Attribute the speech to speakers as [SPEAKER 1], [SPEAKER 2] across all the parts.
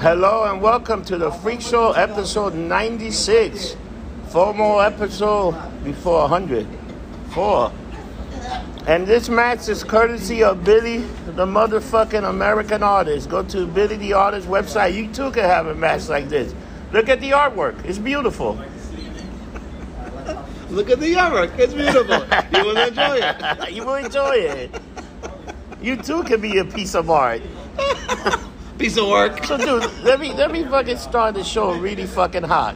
[SPEAKER 1] Hello and welcome to the Freak Show episode 96. Four more episode before 100. Four. And this match is courtesy of Billy, the motherfucking American artist. Go to Billy the Artist website. You too can have a match like this. Look at the artwork. It's beautiful.
[SPEAKER 2] Look at the yarmulke. It's beautiful. you will enjoy it.
[SPEAKER 1] you will enjoy it. You too can be a piece of art.
[SPEAKER 2] Piece of work.
[SPEAKER 1] So, dude, let me let me fucking start the show really fucking hot,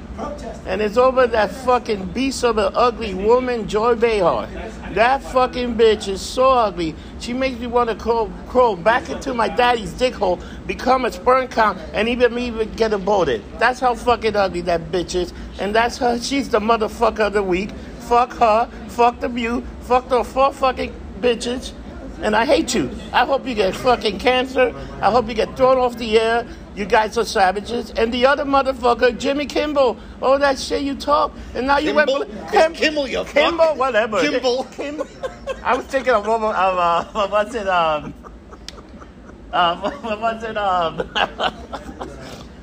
[SPEAKER 1] and it's over that fucking beast of an ugly woman, Joy Behar. That fucking bitch is so ugly. She makes me want to crawl, crawl back into my daddy's dick hole, become a sperm count, and even even get aborted. That's how fucking ugly that bitch is, and that's her. She's the motherfucker of the week. Fuck her. Fuck the mute. Fuck the four fucking bitches and I hate you. I hope you get fucking cancer. I hope you get thrown off the air. You guys are savages. And the other motherfucker, Jimmy Kimball, all that shit you talk, and now you
[SPEAKER 2] Kimball?
[SPEAKER 1] went
[SPEAKER 2] It's Kimmel, you fuck.
[SPEAKER 1] Kimball, whatever.
[SPEAKER 2] Kimball.
[SPEAKER 1] Kim. I was thinking of what was- of uh, what was it um. Uh, what- what was it? Um,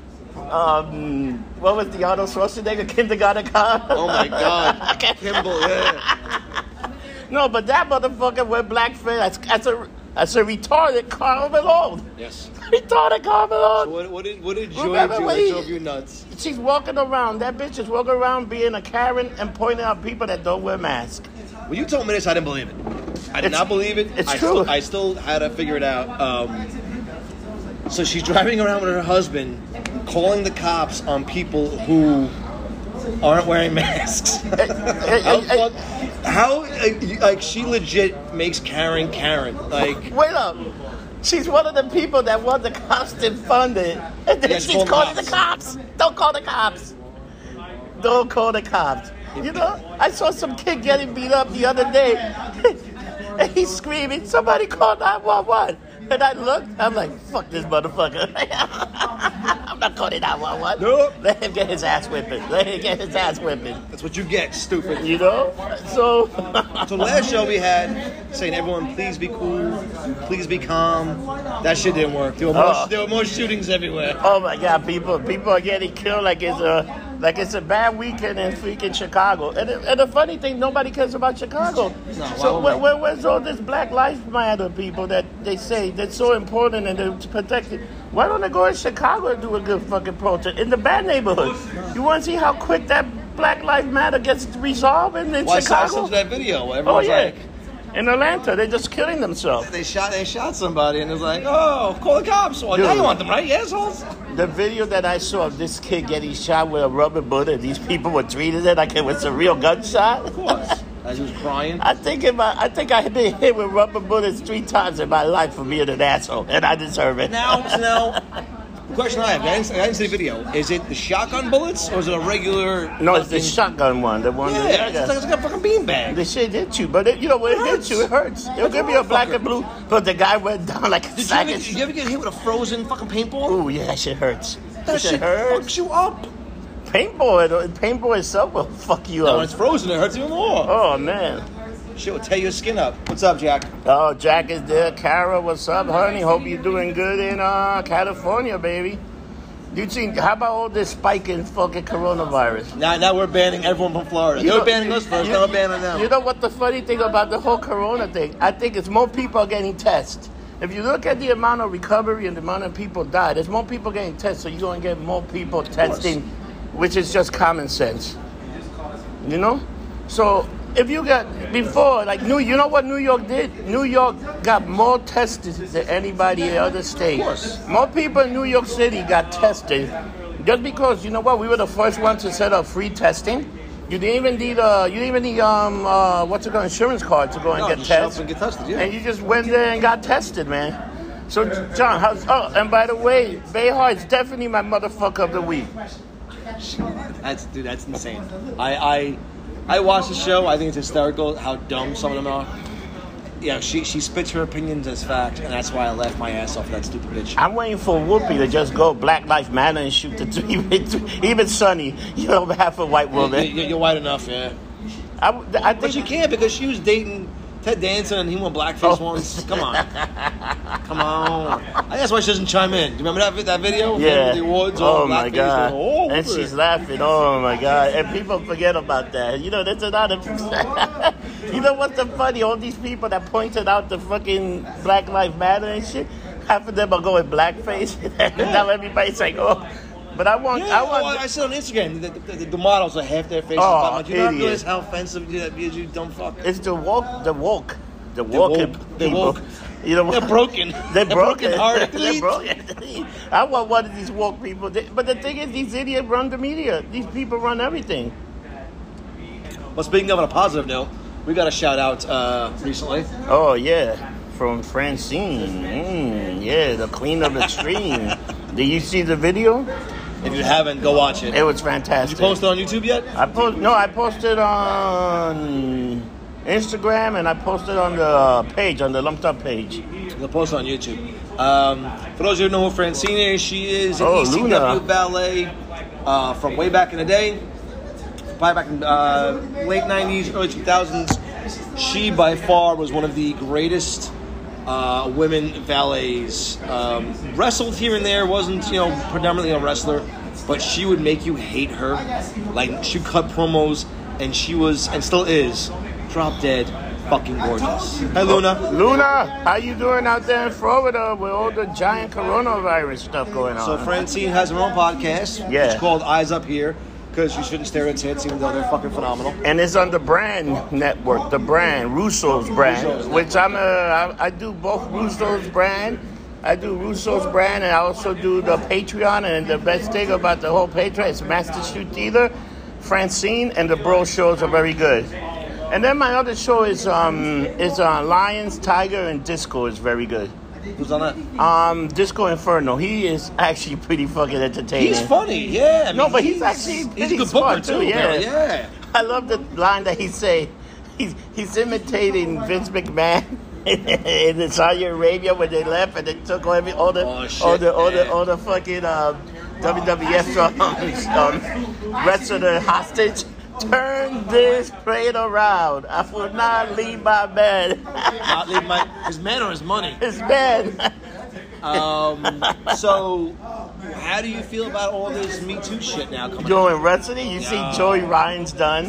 [SPEAKER 1] um, what was the Arnold Schwarzenegger kindergarten cop?
[SPEAKER 2] Oh my God. Kimball. Yeah.
[SPEAKER 1] No, but that motherfucker went blackface. That's, that's a that's a retarded Carl Malone.
[SPEAKER 2] Yes.
[SPEAKER 1] Retarded Carl Malone.
[SPEAKER 2] What, what did what did Joy
[SPEAKER 1] Remember
[SPEAKER 2] do
[SPEAKER 1] when
[SPEAKER 2] that
[SPEAKER 1] he-
[SPEAKER 2] drove you nuts?
[SPEAKER 1] She's walking around. That bitch is walking around being a Karen and pointing out people that don't wear masks.
[SPEAKER 2] When you told me this, I didn't believe it. I did
[SPEAKER 1] It's-
[SPEAKER 2] not believe it.
[SPEAKER 1] it's
[SPEAKER 2] I
[SPEAKER 1] true.
[SPEAKER 2] Still, I still had to figure it out. Um, so she's driving around with her husband, calling the cops on people who aren't wearing masks.
[SPEAKER 1] Eh, eh,
[SPEAKER 2] How,
[SPEAKER 1] eh, eh,
[SPEAKER 2] fuck, how like, you- like she legit makes Karen Karen like
[SPEAKER 1] Wait up. She's one of the people that want the cops to fund it. And then
[SPEAKER 2] Yeah,
[SPEAKER 1] she's
[SPEAKER 2] call the
[SPEAKER 1] calling the
[SPEAKER 2] cops.
[SPEAKER 1] cops. Don't call the cops. Don't call the cops. You know, I saw some kid getting beat up the other day. and he's screaming, somebody call 911. And I looked, I'm like, fuck this motherfucker. I'm not calling 911.
[SPEAKER 2] Nope.
[SPEAKER 1] Let him get his ass whipping. Let him get his ass whipping.
[SPEAKER 2] that's what you get stupid.
[SPEAKER 1] You know? So,
[SPEAKER 2] So last show we had saying everyone please be cool, please be calm. That shit didn't work. There were more,
[SPEAKER 1] Uh.
[SPEAKER 2] there were more shootings everywhere.
[SPEAKER 1] Oh my God, people! People are getting killed like it's a like it's a bad weekend in freaking Chicago. And and the funny thing, nobody cares about Chicago. so where, where, where's all this Black Lives Matter people that they say that's so important and they're protected? Why don't they go in Chicago and do a good fucking protest in the bad neighborhood? You want to see how quick that Black Lives Matter gets resolved in, in
[SPEAKER 2] Well, I saw some
[SPEAKER 1] Chicago?
[SPEAKER 2] of that video. Where
[SPEAKER 1] oh
[SPEAKER 2] everyone's
[SPEAKER 1] yeah,
[SPEAKER 2] like,
[SPEAKER 1] in Atlanta, they're just killing themselves.
[SPEAKER 2] they shot they shot somebody and it was like, oh, call the cops. Well, now
[SPEAKER 1] Dude.
[SPEAKER 2] you want them, right, you assholes?
[SPEAKER 1] The video that I saw of this kid getting shot with a rubber bullet, and these people were treating it like it was a real gunshot.
[SPEAKER 2] Of course. As he was crying.
[SPEAKER 1] I think in my, I think I have been hit with rubber bullets three times in my life for being an asshole, and I deserve it.
[SPEAKER 2] Now, now, the question I have, I didn't, I didn't see the video. Is it the shotgun bullets or is it a regular?
[SPEAKER 1] no, it's the
[SPEAKER 2] fucking-
[SPEAKER 1] shotgun one, the one
[SPEAKER 2] Yeah,
[SPEAKER 1] that.
[SPEAKER 2] it's, like, it's like a fucking beanbag.
[SPEAKER 1] the shit hit you, but it, you know when it,
[SPEAKER 2] It
[SPEAKER 1] hits you, it hurts. It'll give me a black and blue, but the guy went down like a
[SPEAKER 2] Did you, ever,
[SPEAKER 1] sack of
[SPEAKER 2] did you
[SPEAKER 1] shit.
[SPEAKER 2] ever get hit with a frozen fucking paintball?
[SPEAKER 1] Ooh, yeah, that shit hurts.
[SPEAKER 2] That shit
[SPEAKER 1] hurts.
[SPEAKER 2] fucks you up.
[SPEAKER 1] Paintball, paintball itself will fuck you
[SPEAKER 2] Now, when
[SPEAKER 1] up.
[SPEAKER 2] it's frozen, it hurts even more.
[SPEAKER 1] Oh man.
[SPEAKER 2] Shit will tear your skin up. What's up, Jack?
[SPEAKER 1] Oh, Jack is there. Kara, what's up, honey? Hope you're doing good in uh, California, baby. You think, how about all this spike in fucking coronavirus?
[SPEAKER 2] Now, now we're banning everyone from Florida.
[SPEAKER 1] You
[SPEAKER 2] They're
[SPEAKER 1] know-
[SPEAKER 2] banning us first.
[SPEAKER 1] you-
[SPEAKER 2] Now we're banning them.
[SPEAKER 1] You know what the funny thing about the whole corona thing? I think it's more people are getting tested. If you look at the amount of recovery and the amount of people die, there's more people getting tested, so you're going to get more people testing, which is just common sense. You know? So if you got before, like New you know what New York did? New York got more tested than anybody in other state.
[SPEAKER 2] Of course.
[SPEAKER 1] More people in New York City got tested. Just because you know what, we were the first ones to set up free testing. You didn't even need uh you didn't even need um uh what's it called insurance card to go and
[SPEAKER 2] No,
[SPEAKER 1] get
[SPEAKER 2] just show up
[SPEAKER 1] tested.
[SPEAKER 2] and get tested, yeah.
[SPEAKER 1] And you just went there and got tested, man. So John, how's oh and by the way, Behar is definitely my motherfucker of the week.
[SPEAKER 2] That's dude. That's insane. I I I watch the show. I think it's hysterical how dumb some of them are. Yeah, she she spits her opinions as fact, and that's why I laughed my ass off at that stupid bitch.
[SPEAKER 1] I'm waiting for Whoopi to just go Black Lives Matter and shoot the three. Even Sunny, you don't have a white woman.
[SPEAKER 2] You, are white enough, yeah.
[SPEAKER 1] I, w- I
[SPEAKER 2] But
[SPEAKER 1] think
[SPEAKER 2] she can't because she was dating Ted Danson and he went blackface
[SPEAKER 1] Oh.
[SPEAKER 2] once. Come on. Come on. I think that's why she doesn't chime in. Do you remember that, vi- that video?
[SPEAKER 1] Yeah.
[SPEAKER 2] The awards,
[SPEAKER 1] oh
[SPEAKER 2] all
[SPEAKER 1] my
[SPEAKER 2] blackface,
[SPEAKER 1] god.
[SPEAKER 2] the whole
[SPEAKER 1] and
[SPEAKER 2] thing.
[SPEAKER 1] she's laughing. Oh my god. And people forget about that. You know, that's another. you know what's the funny? All these people that pointed out the fucking Black Lives Matter and shit. Half of them are going blackface. and now everybody's like, oh. But I want.
[SPEAKER 2] Yeah,
[SPEAKER 1] I
[SPEAKER 2] I,
[SPEAKER 1] want.
[SPEAKER 2] I said on Instagram the, the, the, the models are half their faces.
[SPEAKER 1] Oh,
[SPEAKER 2] black. I'm like, you don't
[SPEAKER 1] idiot.
[SPEAKER 2] realize how offensive that is, you dumb fuck.
[SPEAKER 1] It's the walk, the walk, the walking
[SPEAKER 2] woke. They're
[SPEAKER 1] people.
[SPEAKER 2] woke.
[SPEAKER 1] You know,
[SPEAKER 2] They're broken.
[SPEAKER 1] They're broken.
[SPEAKER 2] hearted.
[SPEAKER 1] They're broken. I want one of these woke people. They- But the thing is, these idiots run the media. These people run everything.
[SPEAKER 2] Well, speaking of on a positive note, we got a shout out uh, recently.
[SPEAKER 1] Oh yeah, from Francine. Mm, yeah, the queen of the stream. Did you see the video?
[SPEAKER 2] If you haven't, go watch it.
[SPEAKER 1] It was
[SPEAKER 2] Did
[SPEAKER 1] fantastic.
[SPEAKER 2] you post it on YouTube yet?
[SPEAKER 1] I post no, I posted on Instagram and I posted on the uh, page on the lumped up page.
[SPEAKER 2] You'll post it on YouTube. Um, for those of you who know who Francine is, she is an
[SPEAKER 1] Oh,
[SPEAKER 2] ECW
[SPEAKER 1] Luna.
[SPEAKER 2] ballet uh, from way back in the day, probably back in uh, late '90s, early 2000s. She by far was one of the greatest uh, women valets. Um, wrestled here and there, wasn't you know predominantly a wrestler, but she would make you hate her. Like she cut promos, and she was and still is drop dead, fucking gorgeous. Hi Luna.
[SPEAKER 1] Luna, how you doing out there in Florida with all the giant coronavirus stuff going on?
[SPEAKER 2] So Francine has her own podcast.
[SPEAKER 1] Yeah.
[SPEAKER 2] It's called Eyes Up Here because you shouldn't stare at tits even though they're fucking phenomenal.
[SPEAKER 1] and it's on the brand network, the brand Russo's brand,
[SPEAKER 2] Russo's
[SPEAKER 1] which I'm a, I, I do both Russo's brand. I do Russo's brand, and I also do the Patreon. And the best thing about the whole Patreon is Master Shoot Dealer, Francine, and the Bro shows are very good. And then my other show is um is uh, Lions, Tiger, and Disco is very good.
[SPEAKER 2] Who's on that?
[SPEAKER 1] Um, Disco Inferno, he is actually pretty fucking entertaining.
[SPEAKER 2] He's funny, yeah. I mean,
[SPEAKER 1] No, but he's actually
[SPEAKER 2] he's a
[SPEAKER 1] pretty
[SPEAKER 2] good
[SPEAKER 1] smart,
[SPEAKER 2] booker too.
[SPEAKER 1] too, yeah.
[SPEAKER 2] apparently, yeah.
[SPEAKER 1] I love the line that he say. He's, he's imitating Vince McMahon in Saudi Arabia when they left and they took every all the
[SPEAKER 2] Oh, shit,
[SPEAKER 1] all the all the
[SPEAKER 2] yeah.
[SPEAKER 1] all the fucking um, WWF um, um, wrestler hostage. Turn this plane around. I will not leave my bed.
[SPEAKER 2] Not leave my, Uh, his man or his money.
[SPEAKER 1] It's bad.
[SPEAKER 2] Um, so, how do you feel about all this Me Too shit now coming? out?
[SPEAKER 1] Doing wrestling. You
[SPEAKER 2] Yeah.
[SPEAKER 1] see, Joey Ryan's done.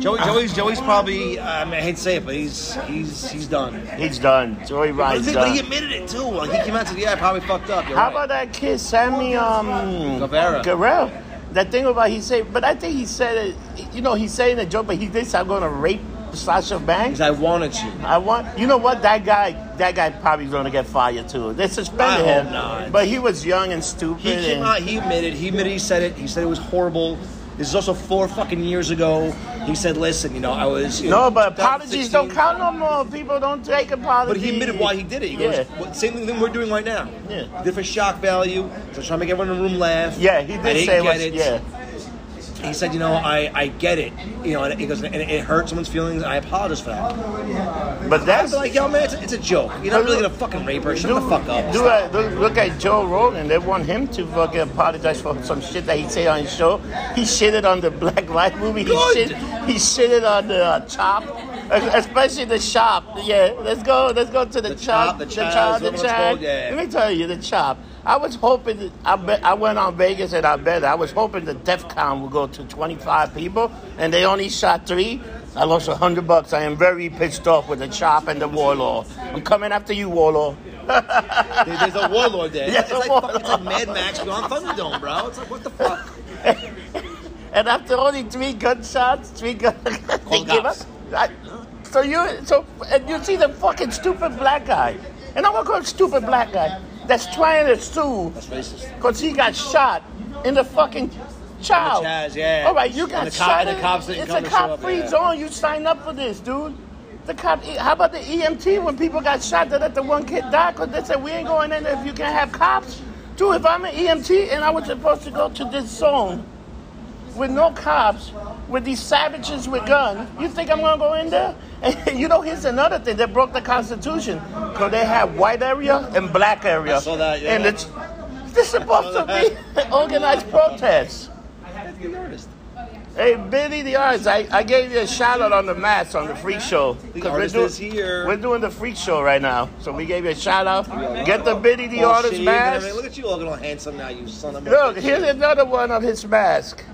[SPEAKER 2] Joey, Joey's Joey's probably. I, mean, I hate to say it, but he's he's he's done.
[SPEAKER 1] He's done. Joey
[SPEAKER 2] But
[SPEAKER 1] Ryan's
[SPEAKER 2] he, but he
[SPEAKER 1] done.
[SPEAKER 2] admitted it too. Like he came out to the yeah, I probably fucked up. You're
[SPEAKER 1] How
[SPEAKER 2] right.
[SPEAKER 1] about that kid, Sammy? Um,
[SPEAKER 2] Guevara?
[SPEAKER 1] Guerrero. That thing about he said, but I think he said it. You know, he's saying a joke, but he thinks I'm gonna rape Sasha Banks.
[SPEAKER 2] Because I wanted to.
[SPEAKER 1] I want. You know what? That guy. That guy probably gonna get fired too. They suspended
[SPEAKER 2] I hope
[SPEAKER 1] him,
[SPEAKER 2] not.
[SPEAKER 1] but he was young and stupid.
[SPEAKER 2] He came
[SPEAKER 1] and-
[SPEAKER 2] out. He admitted. He admitted. He said it. He said it was horrible. This is also four fucking years ago. He said, "Listen, you know, I was." you know,
[SPEAKER 1] no, but apologies
[SPEAKER 2] 2016."
[SPEAKER 1] don't count no more. People don't take apologies.
[SPEAKER 2] But he admitted why he did it. He goes,
[SPEAKER 1] yeah.
[SPEAKER 2] "What- "Same thing that we're doing right now.
[SPEAKER 1] Yeah.
[SPEAKER 2] Different shock value. So trying to make everyone in the room laugh.
[SPEAKER 1] Yeah, he
[SPEAKER 2] I
[SPEAKER 1] did
[SPEAKER 2] didn't
[SPEAKER 1] say
[SPEAKER 2] get
[SPEAKER 1] what.
[SPEAKER 2] it.
[SPEAKER 1] Yeah,
[SPEAKER 2] He said, "You know, I I get it. You know, and he goes, and it, it hurt someone's feelings. And I apologize for that.
[SPEAKER 1] but that's
[SPEAKER 2] It's like, yo, man, it's, it's a joke. You're not really gonna fucking rape her. Shut the fuck up.
[SPEAKER 1] Do I, look, look at Joe Rogan. They want him to fucking apologize for some shit that he said on his show. He shitted on the Black Lives movie. He,
[SPEAKER 2] Good.
[SPEAKER 1] shit, he shitted on the uh, Chop, es- especially the Shop. Yeah, let's go. Let's go to the,
[SPEAKER 2] The Chop,
[SPEAKER 1] Chop,
[SPEAKER 2] the
[SPEAKER 1] the
[SPEAKER 2] Chaz,
[SPEAKER 1] Chop, the
[SPEAKER 2] whatever it's called,
[SPEAKER 1] Chop.
[SPEAKER 2] yeah.
[SPEAKER 1] Let me tell you, the Chop. I was hoping. that- I bet I went on Vegas and I bet I was hoping the DEF CON would go to 25 people, and they only shot three. I lost a hundred bucks. I am very pissed off with the Chop and the Warlord. I'm coming after you, Warlord.
[SPEAKER 2] There- There's a warlord there.
[SPEAKER 1] Yeah,
[SPEAKER 2] it's,
[SPEAKER 1] a
[SPEAKER 2] like, fucking- it's like Mad Max beyond Thunderdome, bro. It's like, what the fuck?
[SPEAKER 1] And after only three gunshots, three guns, they
[SPEAKER 2] Call
[SPEAKER 1] give up.
[SPEAKER 2] cops.
[SPEAKER 1] I, so you, so and you see the fucking stupid black guy, and I'm gonna call him stupid black guy that's trying to sue
[SPEAKER 2] That's racist."
[SPEAKER 1] because he got shot in the fucking child.
[SPEAKER 2] Chaz, yeah.
[SPEAKER 1] All right, you
[SPEAKER 2] And
[SPEAKER 1] got
[SPEAKER 2] the cop-
[SPEAKER 1] shot.
[SPEAKER 2] and the
[SPEAKER 1] in-
[SPEAKER 2] cops didn't
[SPEAKER 1] it's
[SPEAKER 2] come
[SPEAKER 1] a
[SPEAKER 2] to show up,
[SPEAKER 1] cop-free
[SPEAKER 2] yeah.
[SPEAKER 1] zone. You signed up for this, dude. The cop. e, How about the EMT when people got shot? They let the one kid die because they said we ain't going in there if you can have cops. Dude, if I'm an EMT and I was supposed to go to this zone with no cops, with these savages with guns, you think I'm gonna go in there? And you know, here's another thing that broke the Constitution because they had white area and black area.
[SPEAKER 2] I saw that, yeah.
[SPEAKER 1] And it's this is supposed to be organized protests.
[SPEAKER 2] I had to be nervous.
[SPEAKER 1] Hey, Billy the Artist, I, I gave you a shout out on the mats on the freak show. 'cause
[SPEAKER 2] The artist is here.
[SPEAKER 1] We're doing the freak show right now. So we gave you a shout out.
[SPEAKER 2] man.
[SPEAKER 1] Get the Billy the
[SPEAKER 2] All
[SPEAKER 1] Artist
[SPEAKER 2] shaved and
[SPEAKER 1] mask.
[SPEAKER 2] everything. Look at you looking all handsome now, you son of a.
[SPEAKER 1] Look,
[SPEAKER 2] bitch.
[SPEAKER 1] here's another one of his mask.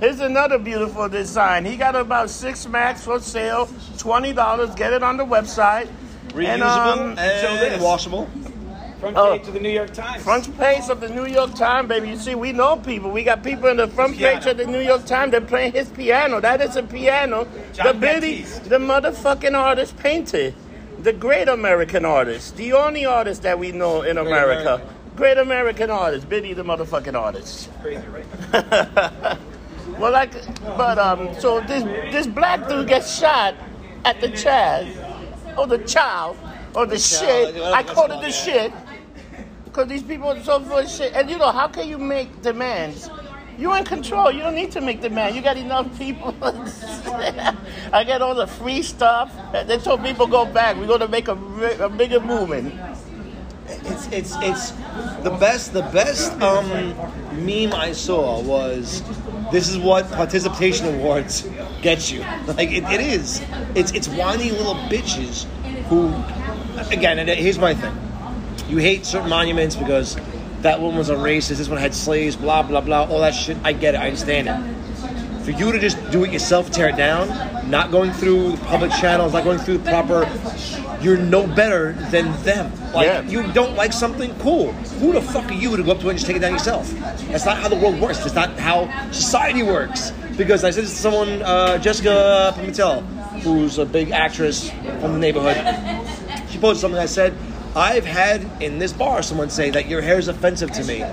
[SPEAKER 1] Here's another beautiful design. He got about six masks for sale, twenty dollars. Get it on the website.
[SPEAKER 2] reusable
[SPEAKER 1] And,
[SPEAKER 2] and,
[SPEAKER 1] um,
[SPEAKER 3] so this.
[SPEAKER 2] washable.
[SPEAKER 3] Front
[SPEAKER 1] Oh.
[SPEAKER 3] page of the New York Times.
[SPEAKER 1] Front page of the New York Times, baby. You see, we know people. We got people in the front
[SPEAKER 3] Piano.
[SPEAKER 1] page of the New York Times. They're playing his piano. That is a piano. the
[SPEAKER 3] John
[SPEAKER 1] Billy,
[SPEAKER 3] Baptiste.
[SPEAKER 1] the motherfucking artist painted. The great American artist. The only artist that we know in America.
[SPEAKER 2] American.
[SPEAKER 1] Great American artist. Billy, the motherfucking artist.
[SPEAKER 3] Crazy, right?
[SPEAKER 1] Well, like, but um, so this this black dude gets shot at the child, or the child, or the shit. I call it the shit, because these people are so full of shit. And you know, how can you make demands? You're in control. You don't need to make demands. You got enough people. I get all the free stuff. They told people go back. We're gonna make a, ri- a bigger movement.
[SPEAKER 2] It's it's it's the best the best um, meme I saw was this is what participation awards get you. Like it, it is. It's it's whiny little bitches who again and here's my thing. You hate certain monuments because that one was a racist, this one had slaves, blah blah blah, all that shit. I get it, I understand it. for you to just do it yourself, tear it down, not going through public channels, not going through proper, you're no better than them. Like
[SPEAKER 1] Yeah.
[SPEAKER 2] you don't like something, cool. Who the fuck are you to go up to it and just take it down yourself? That's not how the world works. That's not how society works. Because I said this to someone, uh, Jessica Pimentel, who's a big actress from the neighborhood. She posted something I said, I've had in this bar someone say that your hair is offensive to me,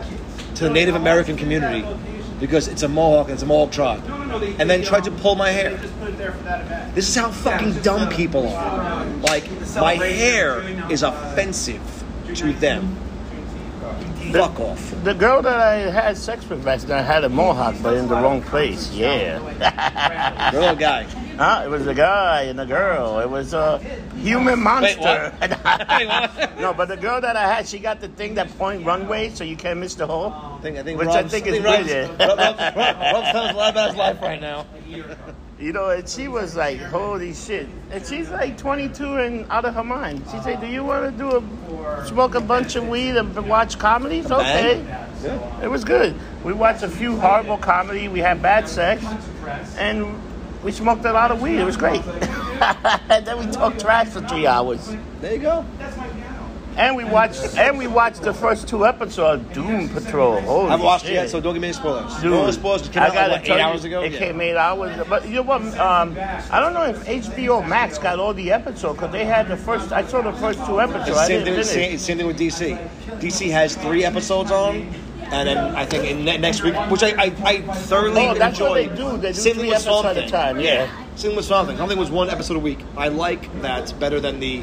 [SPEAKER 2] to the Native American community, because it's a Mohawk and it's a Mohawk tribe. And then tried to pull my hair. This is how fucking dumb people are. Like, my hair is offensive to them. Fuck off.
[SPEAKER 1] The girl that I had sex with last night had a mohawk, but in the wrong place. Yeah.
[SPEAKER 2] Girl or guy.
[SPEAKER 1] Huh? It was a guy and a girl. It was a human monster. no, but the girl that I had, she got the thing that point runway, so you can't miss the hole.
[SPEAKER 2] I think, I think
[SPEAKER 1] Which I
[SPEAKER 2] Rob's-
[SPEAKER 1] think is
[SPEAKER 2] Rob's-
[SPEAKER 1] brilliant.
[SPEAKER 2] Rob, Rob, Rob, Rob tells a lot about his life right now.
[SPEAKER 1] You know, and she was like, "Holy shit!" And she's like 22 and out of her mind. She said, "Do you want to do a smoke a bunch of weed and watch comedies?" Okay, it was good. We watched a few horrible comedy. We had bad sex, and we smoked a lot of weed. It was great. and then we talked trash for three hours.
[SPEAKER 2] There you go.
[SPEAKER 1] And we watched and we watched the first two episodes of Doom Patrol. Holy
[SPEAKER 2] I haven't watched it
[SPEAKER 1] shit.
[SPEAKER 2] yet, so don't give me any spoilers.
[SPEAKER 1] Dude,
[SPEAKER 2] no spoilers. It came
[SPEAKER 1] I
[SPEAKER 2] out like,
[SPEAKER 1] gotta
[SPEAKER 2] what,
[SPEAKER 1] tell
[SPEAKER 2] eight
[SPEAKER 1] you,
[SPEAKER 2] hours ago.
[SPEAKER 1] It
[SPEAKER 2] Yeah.
[SPEAKER 1] came eight hours, but you know what? Um, I don't know if HBO Max got all the episodes because they had the first. I saw the first two episodes.
[SPEAKER 2] It's
[SPEAKER 1] I
[SPEAKER 2] same
[SPEAKER 1] didn't finish.
[SPEAKER 2] thing. It's same, it's same thing with DC. DC has three episodes on, and then I think in ne- next week, which I I, I thoroughly
[SPEAKER 1] Oh, that's what
[SPEAKER 2] enjoyed.
[SPEAKER 1] they do. They do
[SPEAKER 2] Same
[SPEAKER 1] three
[SPEAKER 2] thing with
[SPEAKER 1] episodes
[SPEAKER 2] Swamp
[SPEAKER 1] at a
[SPEAKER 2] Thing.
[SPEAKER 1] time, yeah.
[SPEAKER 2] Same thing with Swamp Thing. Swamp Thing was one episode a week. I like that better than the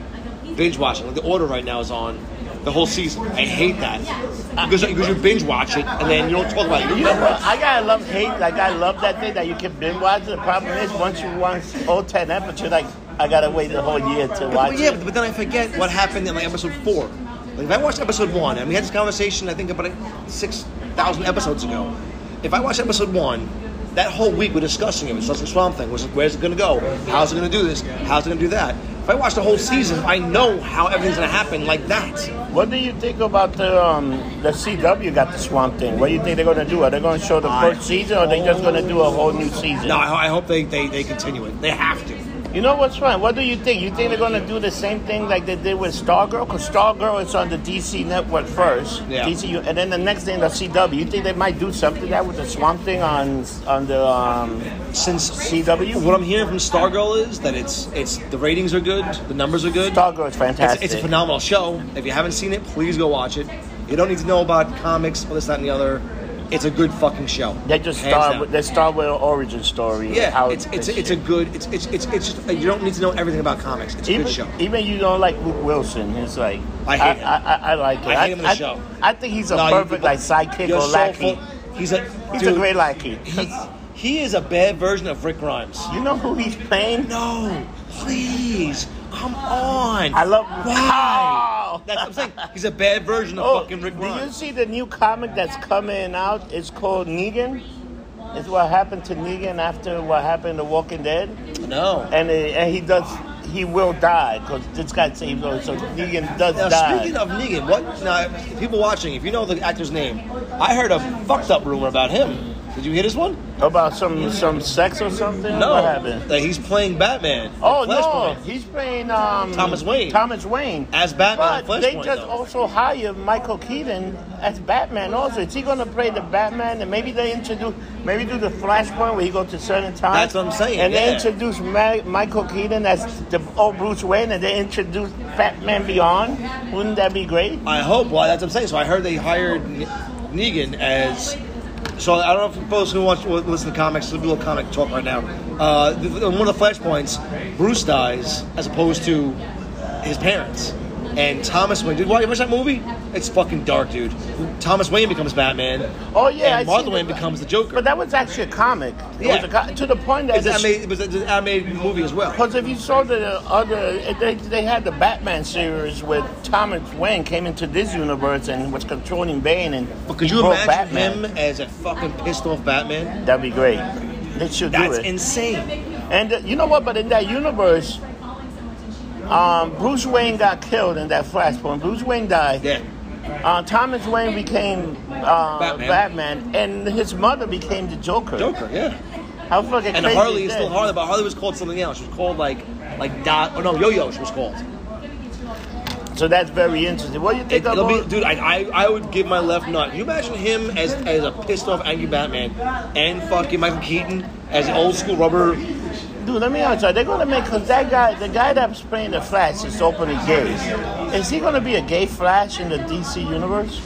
[SPEAKER 2] binge watching. Like the order right now is on. The whole season, I hate that
[SPEAKER 1] Uh,
[SPEAKER 2] because, because you binge watch it and then you don't talk about it.
[SPEAKER 1] You know what? I gotta love hate. Like I love that thing that you can binge watch. The problem is once you watch all ten episodes, like I gotta wait the whole year to watch.
[SPEAKER 2] Well, yeah,
[SPEAKER 1] it.
[SPEAKER 2] but, but then I forget what happened in like episode four. Like if I watched episode one, and we had this conversation, I think about like, six thousand episodes ago. If I watched episode one, that whole week we're discussing it. We're discussing Swamp Thing. Was where's it going to go? How's it going to do this? How's it going to do that? If I watch the whole season, I know how everything's going to happen like that.
[SPEAKER 1] What do you think about the um, the CW got the Swamp Thing? What do you think they're gonna do? Are they gonna show the first season, or are they just gonna do a whole new season?
[SPEAKER 2] No, I, I hope they, they they continue it. They have to.
[SPEAKER 1] You know what's fine? What do you think? You think they're gonna do the same thing like they did with Stargirl? Because Stargirl is on the DC network first,
[SPEAKER 2] Yeah.
[SPEAKER 1] DC, and then the next thing the CW. You think they might do something like that with the Swamp Thing on on the um,
[SPEAKER 2] Since
[SPEAKER 1] CW?
[SPEAKER 2] what I'm hearing from Stargirl is that it's it's the ratings are good, the numbers are good.
[SPEAKER 1] Stargirl is fantastic.
[SPEAKER 2] It's, it's a phenomenal show. If you haven't seen it, please go watch it. You don't need to know about comics or this, that, and the other. It's a good fucking show.
[SPEAKER 1] they just
[SPEAKER 2] Hands
[SPEAKER 1] start
[SPEAKER 2] down.
[SPEAKER 1] with they start with an origin story.
[SPEAKER 2] yeah.
[SPEAKER 1] how
[SPEAKER 2] it's it's
[SPEAKER 1] this
[SPEAKER 2] it's a good. It's it's it's, it's just, you don't need to know everything about comics. It's a
[SPEAKER 1] even,
[SPEAKER 2] good show.
[SPEAKER 1] even you don't like Luke Wilson, it's like
[SPEAKER 2] I hate him.
[SPEAKER 1] I, I, I like it.
[SPEAKER 2] I hate him in the show.
[SPEAKER 1] I think he's a
[SPEAKER 2] No, you-
[SPEAKER 1] perfect like sidekick
[SPEAKER 2] you're
[SPEAKER 1] or
[SPEAKER 2] so
[SPEAKER 1] lackey.
[SPEAKER 2] full- He's a
[SPEAKER 1] He's
[SPEAKER 2] dude,
[SPEAKER 1] a great lackey.
[SPEAKER 2] He, he is a bad version of Rick Grimes.
[SPEAKER 1] You know who he's playing?
[SPEAKER 2] No, please, come on.
[SPEAKER 1] I love
[SPEAKER 2] why.
[SPEAKER 1] Oh!
[SPEAKER 2] That's what I'm saying. He's a bad version of
[SPEAKER 1] Oh,
[SPEAKER 2] fucking Rick
[SPEAKER 1] do you
[SPEAKER 2] Grimes.
[SPEAKER 1] see the new comic that's coming out? It's called Negan. is what happened to Negan after what happened to Walking Dead.
[SPEAKER 2] No.
[SPEAKER 1] and it, and he does he will die because this guy saves him, so Negan does
[SPEAKER 2] Now,
[SPEAKER 1] die.
[SPEAKER 2] speaking of Negan, what now? People watching, if you know the actor's name, I heard a fucked up rumor about him. Did you hear this one?
[SPEAKER 1] About some some sex or something?
[SPEAKER 2] No,
[SPEAKER 1] What happened?
[SPEAKER 2] that he's playing Batman. in
[SPEAKER 1] Oh no,
[SPEAKER 2] Flashpoint.
[SPEAKER 1] he's playing um,
[SPEAKER 2] Thomas Wayne.
[SPEAKER 1] Thomas Wayne
[SPEAKER 2] As Batman in
[SPEAKER 1] But they
[SPEAKER 2] Flashpoint,
[SPEAKER 1] just
[SPEAKER 2] though.
[SPEAKER 1] also hired Michael Keaton as Batman. Also, is he going to play the Batman? And maybe they introduce, maybe do the Flashpoint where he goes to certain times.
[SPEAKER 2] That's what I'm saying,
[SPEAKER 1] And
[SPEAKER 2] yeah.
[SPEAKER 1] they introduce Ma- Michael Keaton as the old Bruce Wayne, and they introduce Batman Beyond. Wouldn't that be great?
[SPEAKER 2] I hope. Well, that's what I'm saying. So I heard they hired Ne- Negan as. So I don't know if those who watch w- listen to comics. There'll be a little comic talk right now. Uh, th- in one of the flashpoints, Bruce dies as opposed to his parents. And Thomas Wayne, dude, why you watch that movie? It's fucking dark, dude. Thomas Wayne becomes Batman.
[SPEAKER 1] Oh, yeah, I
[SPEAKER 2] and Martha
[SPEAKER 1] seen
[SPEAKER 2] Wayne
[SPEAKER 1] that.
[SPEAKER 2] becomes the Joker.
[SPEAKER 1] But that was actually a comic. It
[SPEAKER 2] Yeah.
[SPEAKER 1] was a co- to the point that
[SPEAKER 2] It's an animated, it was an animated movie as well.
[SPEAKER 1] Because if you saw the other, they, they had the Batman series where Thomas Wayne came into this universe and was controlling Bane and
[SPEAKER 2] But could you
[SPEAKER 1] broke
[SPEAKER 2] imagine
[SPEAKER 1] Batman.
[SPEAKER 2] him as a fucking pissed off Batman?
[SPEAKER 1] That'd be great. They should
[SPEAKER 2] That's
[SPEAKER 1] do it.
[SPEAKER 2] insane.
[SPEAKER 1] and uh, you know what? But in that universe, um, Bruce Wayne got killed in that flashpoint. Bruce Wayne died.
[SPEAKER 2] Yeah.
[SPEAKER 1] Uh, Thomas Wayne became uh,
[SPEAKER 2] Batman.
[SPEAKER 1] Batman. and his mother became the Joker.
[SPEAKER 2] Joker, yeah.
[SPEAKER 1] How fucking
[SPEAKER 2] And
[SPEAKER 1] crazy
[SPEAKER 2] Harley
[SPEAKER 1] is
[SPEAKER 2] is
[SPEAKER 1] that?
[SPEAKER 2] still Harley, but Harley was called something else. She was called like like Dot. Oh no, Yo Yo. She was called.
[SPEAKER 1] So that's very interesting. What do you
[SPEAKER 2] It,
[SPEAKER 1] think
[SPEAKER 2] will
[SPEAKER 1] about?
[SPEAKER 2] be, dude. I, I I would give my left nut. Can you imagine him as as a pissed off angry Batman, and fucking Michael Keaton as the old school rubber.
[SPEAKER 1] Dude, let me ask you, are they gonna make cause that guy the guy that's playing the Flash is openly gay. Is he gonna be a gay Flash in the DC universe?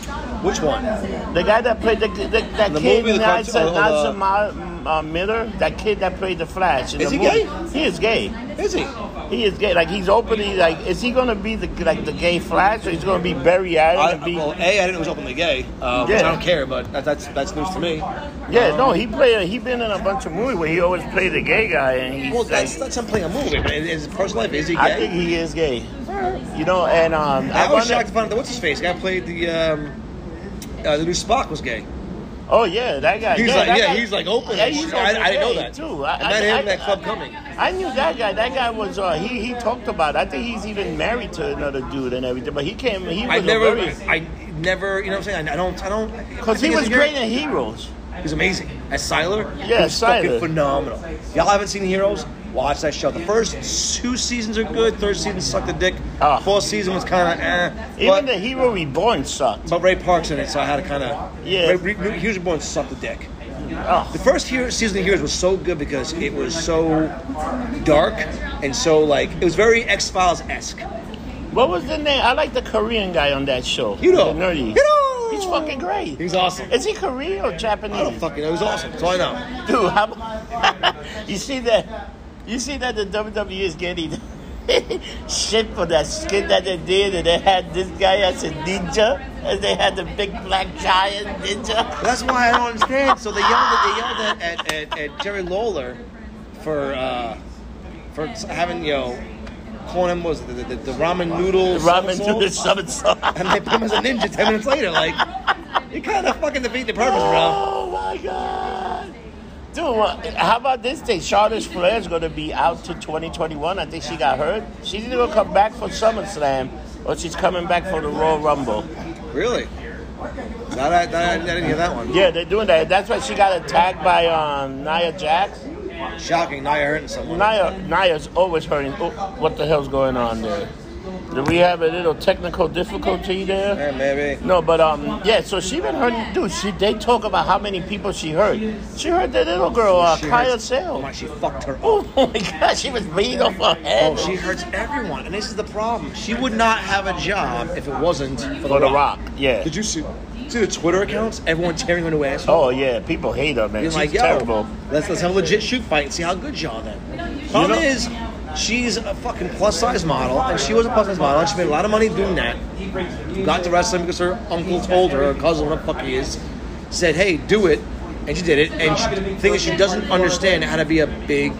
[SPEAKER 2] Which one?
[SPEAKER 1] The guy that played the, the that
[SPEAKER 2] The
[SPEAKER 1] kid
[SPEAKER 2] movie, the
[SPEAKER 1] Nazi
[SPEAKER 2] cartoon- uh,
[SPEAKER 1] Nazi Ma- uh, Miller, that kid that played the Flash. In
[SPEAKER 2] Is
[SPEAKER 1] the
[SPEAKER 2] he
[SPEAKER 1] movie.
[SPEAKER 2] gay?
[SPEAKER 1] He is gay.
[SPEAKER 2] Is he?
[SPEAKER 1] He is gay. Like he's openly like is he gonna be the like the gay Flash or he's gonna be Barry
[SPEAKER 2] I,
[SPEAKER 1] Allen? and be,
[SPEAKER 2] well, a I didn't know it was openly gay. Uh, which I
[SPEAKER 1] Yeah.
[SPEAKER 2] don't care, but that, that's that's news to me.
[SPEAKER 1] yeah,
[SPEAKER 2] uh,
[SPEAKER 1] no, he played. He been in a bunch of movies where he always played the gay guy, and he's
[SPEAKER 2] Well,
[SPEAKER 1] like-
[SPEAKER 2] that's that's him playing a movie. But in his personal life, is he gay?
[SPEAKER 1] I think he is gay. You know, and um,
[SPEAKER 2] I was
[SPEAKER 1] wonder-
[SPEAKER 2] shocked to find out that what's his face. The guy played the um, uh, the new Spock was gay.
[SPEAKER 1] Oh yeah, that guy.
[SPEAKER 2] He's
[SPEAKER 1] yeah,
[SPEAKER 2] like,
[SPEAKER 1] that
[SPEAKER 2] yeah,
[SPEAKER 1] guy-
[SPEAKER 2] he's like open.
[SPEAKER 1] Yeah,
[SPEAKER 2] and
[SPEAKER 1] he's
[SPEAKER 2] shit. I, I didn't know
[SPEAKER 1] gay,
[SPEAKER 2] that
[SPEAKER 1] too.
[SPEAKER 2] I, met him in that club coming.
[SPEAKER 1] I knew that guy. That guy was uh, he. He talked about. It. I think he's even married to another dude and everything. But he came. He was
[SPEAKER 2] I never,
[SPEAKER 1] a very,
[SPEAKER 2] I never, you know what I'm saying? I, I don't, I don't.
[SPEAKER 1] because he
[SPEAKER 2] I think
[SPEAKER 1] was
[SPEAKER 2] he's a
[SPEAKER 1] great
[SPEAKER 2] hero.
[SPEAKER 1] in Heroes.
[SPEAKER 2] He's amazing. As Siler,
[SPEAKER 1] Yeah,
[SPEAKER 2] he's fucking
[SPEAKER 1] Siler.
[SPEAKER 2] phenomenal. Y'all haven't seen Heroes? Watch that show. The first two seasons are good. Third season sucked a dick.
[SPEAKER 1] Ah.
[SPEAKER 2] Fourth season was kind of eh.
[SPEAKER 1] Even
[SPEAKER 2] but,
[SPEAKER 1] the Hero Reborn sucked.
[SPEAKER 2] but Ray Park's in it, so I had to kind of.
[SPEAKER 1] Yeah.
[SPEAKER 2] Ray, Ray, Hughes Born sucked a dick.
[SPEAKER 1] Oh,
[SPEAKER 2] The first hero, season of Heroes was so good because it was so dark and so like it was very X Files esque.
[SPEAKER 1] what was the name? I like the Korean guy on that show.
[SPEAKER 2] Hiro,
[SPEAKER 1] The nerdy.
[SPEAKER 2] Hiro,
[SPEAKER 1] He's fucking great.
[SPEAKER 2] He's awesome.
[SPEAKER 1] Is he Korean or Japanese?
[SPEAKER 2] I don't fucking know. It was awesome. That's all I know.
[SPEAKER 1] Dude, how, you see that? You see that the WWE is getting shit for that skit that they did, and they had this guy as a ninja, and they had the big black giant ninja.
[SPEAKER 2] That's why I don't understand. So they yelled, at, they yelled at, at, at, at Jerry Lawler for uh, for having you know calling him what was it, the, the, the ramen noodles
[SPEAKER 1] Ramen to the somersault.
[SPEAKER 2] and they put him as a ninja ten minutes later. Like you kind of fucking defeat the purpose, bro.
[SPEAKER 1] Oh my god. Dude, well, how about this thing? Charlotte Flair is going to be out to 2021. I think she got hurt. She's either going to come back for SummerSlam or she's coming back for the Royal Rumble.
[SPEAKER 2] Really? That I, that I, I didn't hear that one.
[SPEAKER 1] Yeah, they're doing that. That's why she got attacked by um, Nia Jax.
[SPEAKER 2] Shocking. Now you're hurting someone.
[SPEAKER 1] Naya, Naya's always hurting. Oh, what the hell's going on there? Did we have a little technical difficulty there?
[SPEAKER 2] Yeah, maybe.
[SPEAKER 1] No, but um, yeah. So she been hurting, dude. She they talk about how many people she hurt. She hurt the little girl, uh,
[SPEAKER 2] She
[SPEAKER 1] Kaya
[SPEAKER 2] hurts- Oh my,
[SPEAKER 1] Sale.
[SPEAKER 2] she fucked her up.
[SPEAKER 1] Oh my god, she was beating off her head.
[SPEAKER 2] Oh, she hurts everyone, and this is the problem. She would not have a job if it wasn't for
[SPEAKER 1] for the Rock, yeah.
[SPEAKER 2] Did you see, see the Twitter accounts? Everyone tearing her to ass.
[SPEAKER 1] Oh yeah, people hate her, man.
[SPEAKER 2] Being
[SPEAKER 1] She's
[SPEAKER 2] like, yo,
[SPEAKER 1] terrible.
[SPEAKER 2] let's let's have a legit shoot fight and see how good y'all then. Problem
[SPEAKER 1] You know-
[SPEAKER 2] is, she's a fucking plus size model, and she was a plus size model, and she made a lot of money doing that. Got to wrestling because her uncle told her, her cousin, what the fuck he is, said, "Hey, do it," and she did it. And she, the thing is, she doesn't understand how to be a big.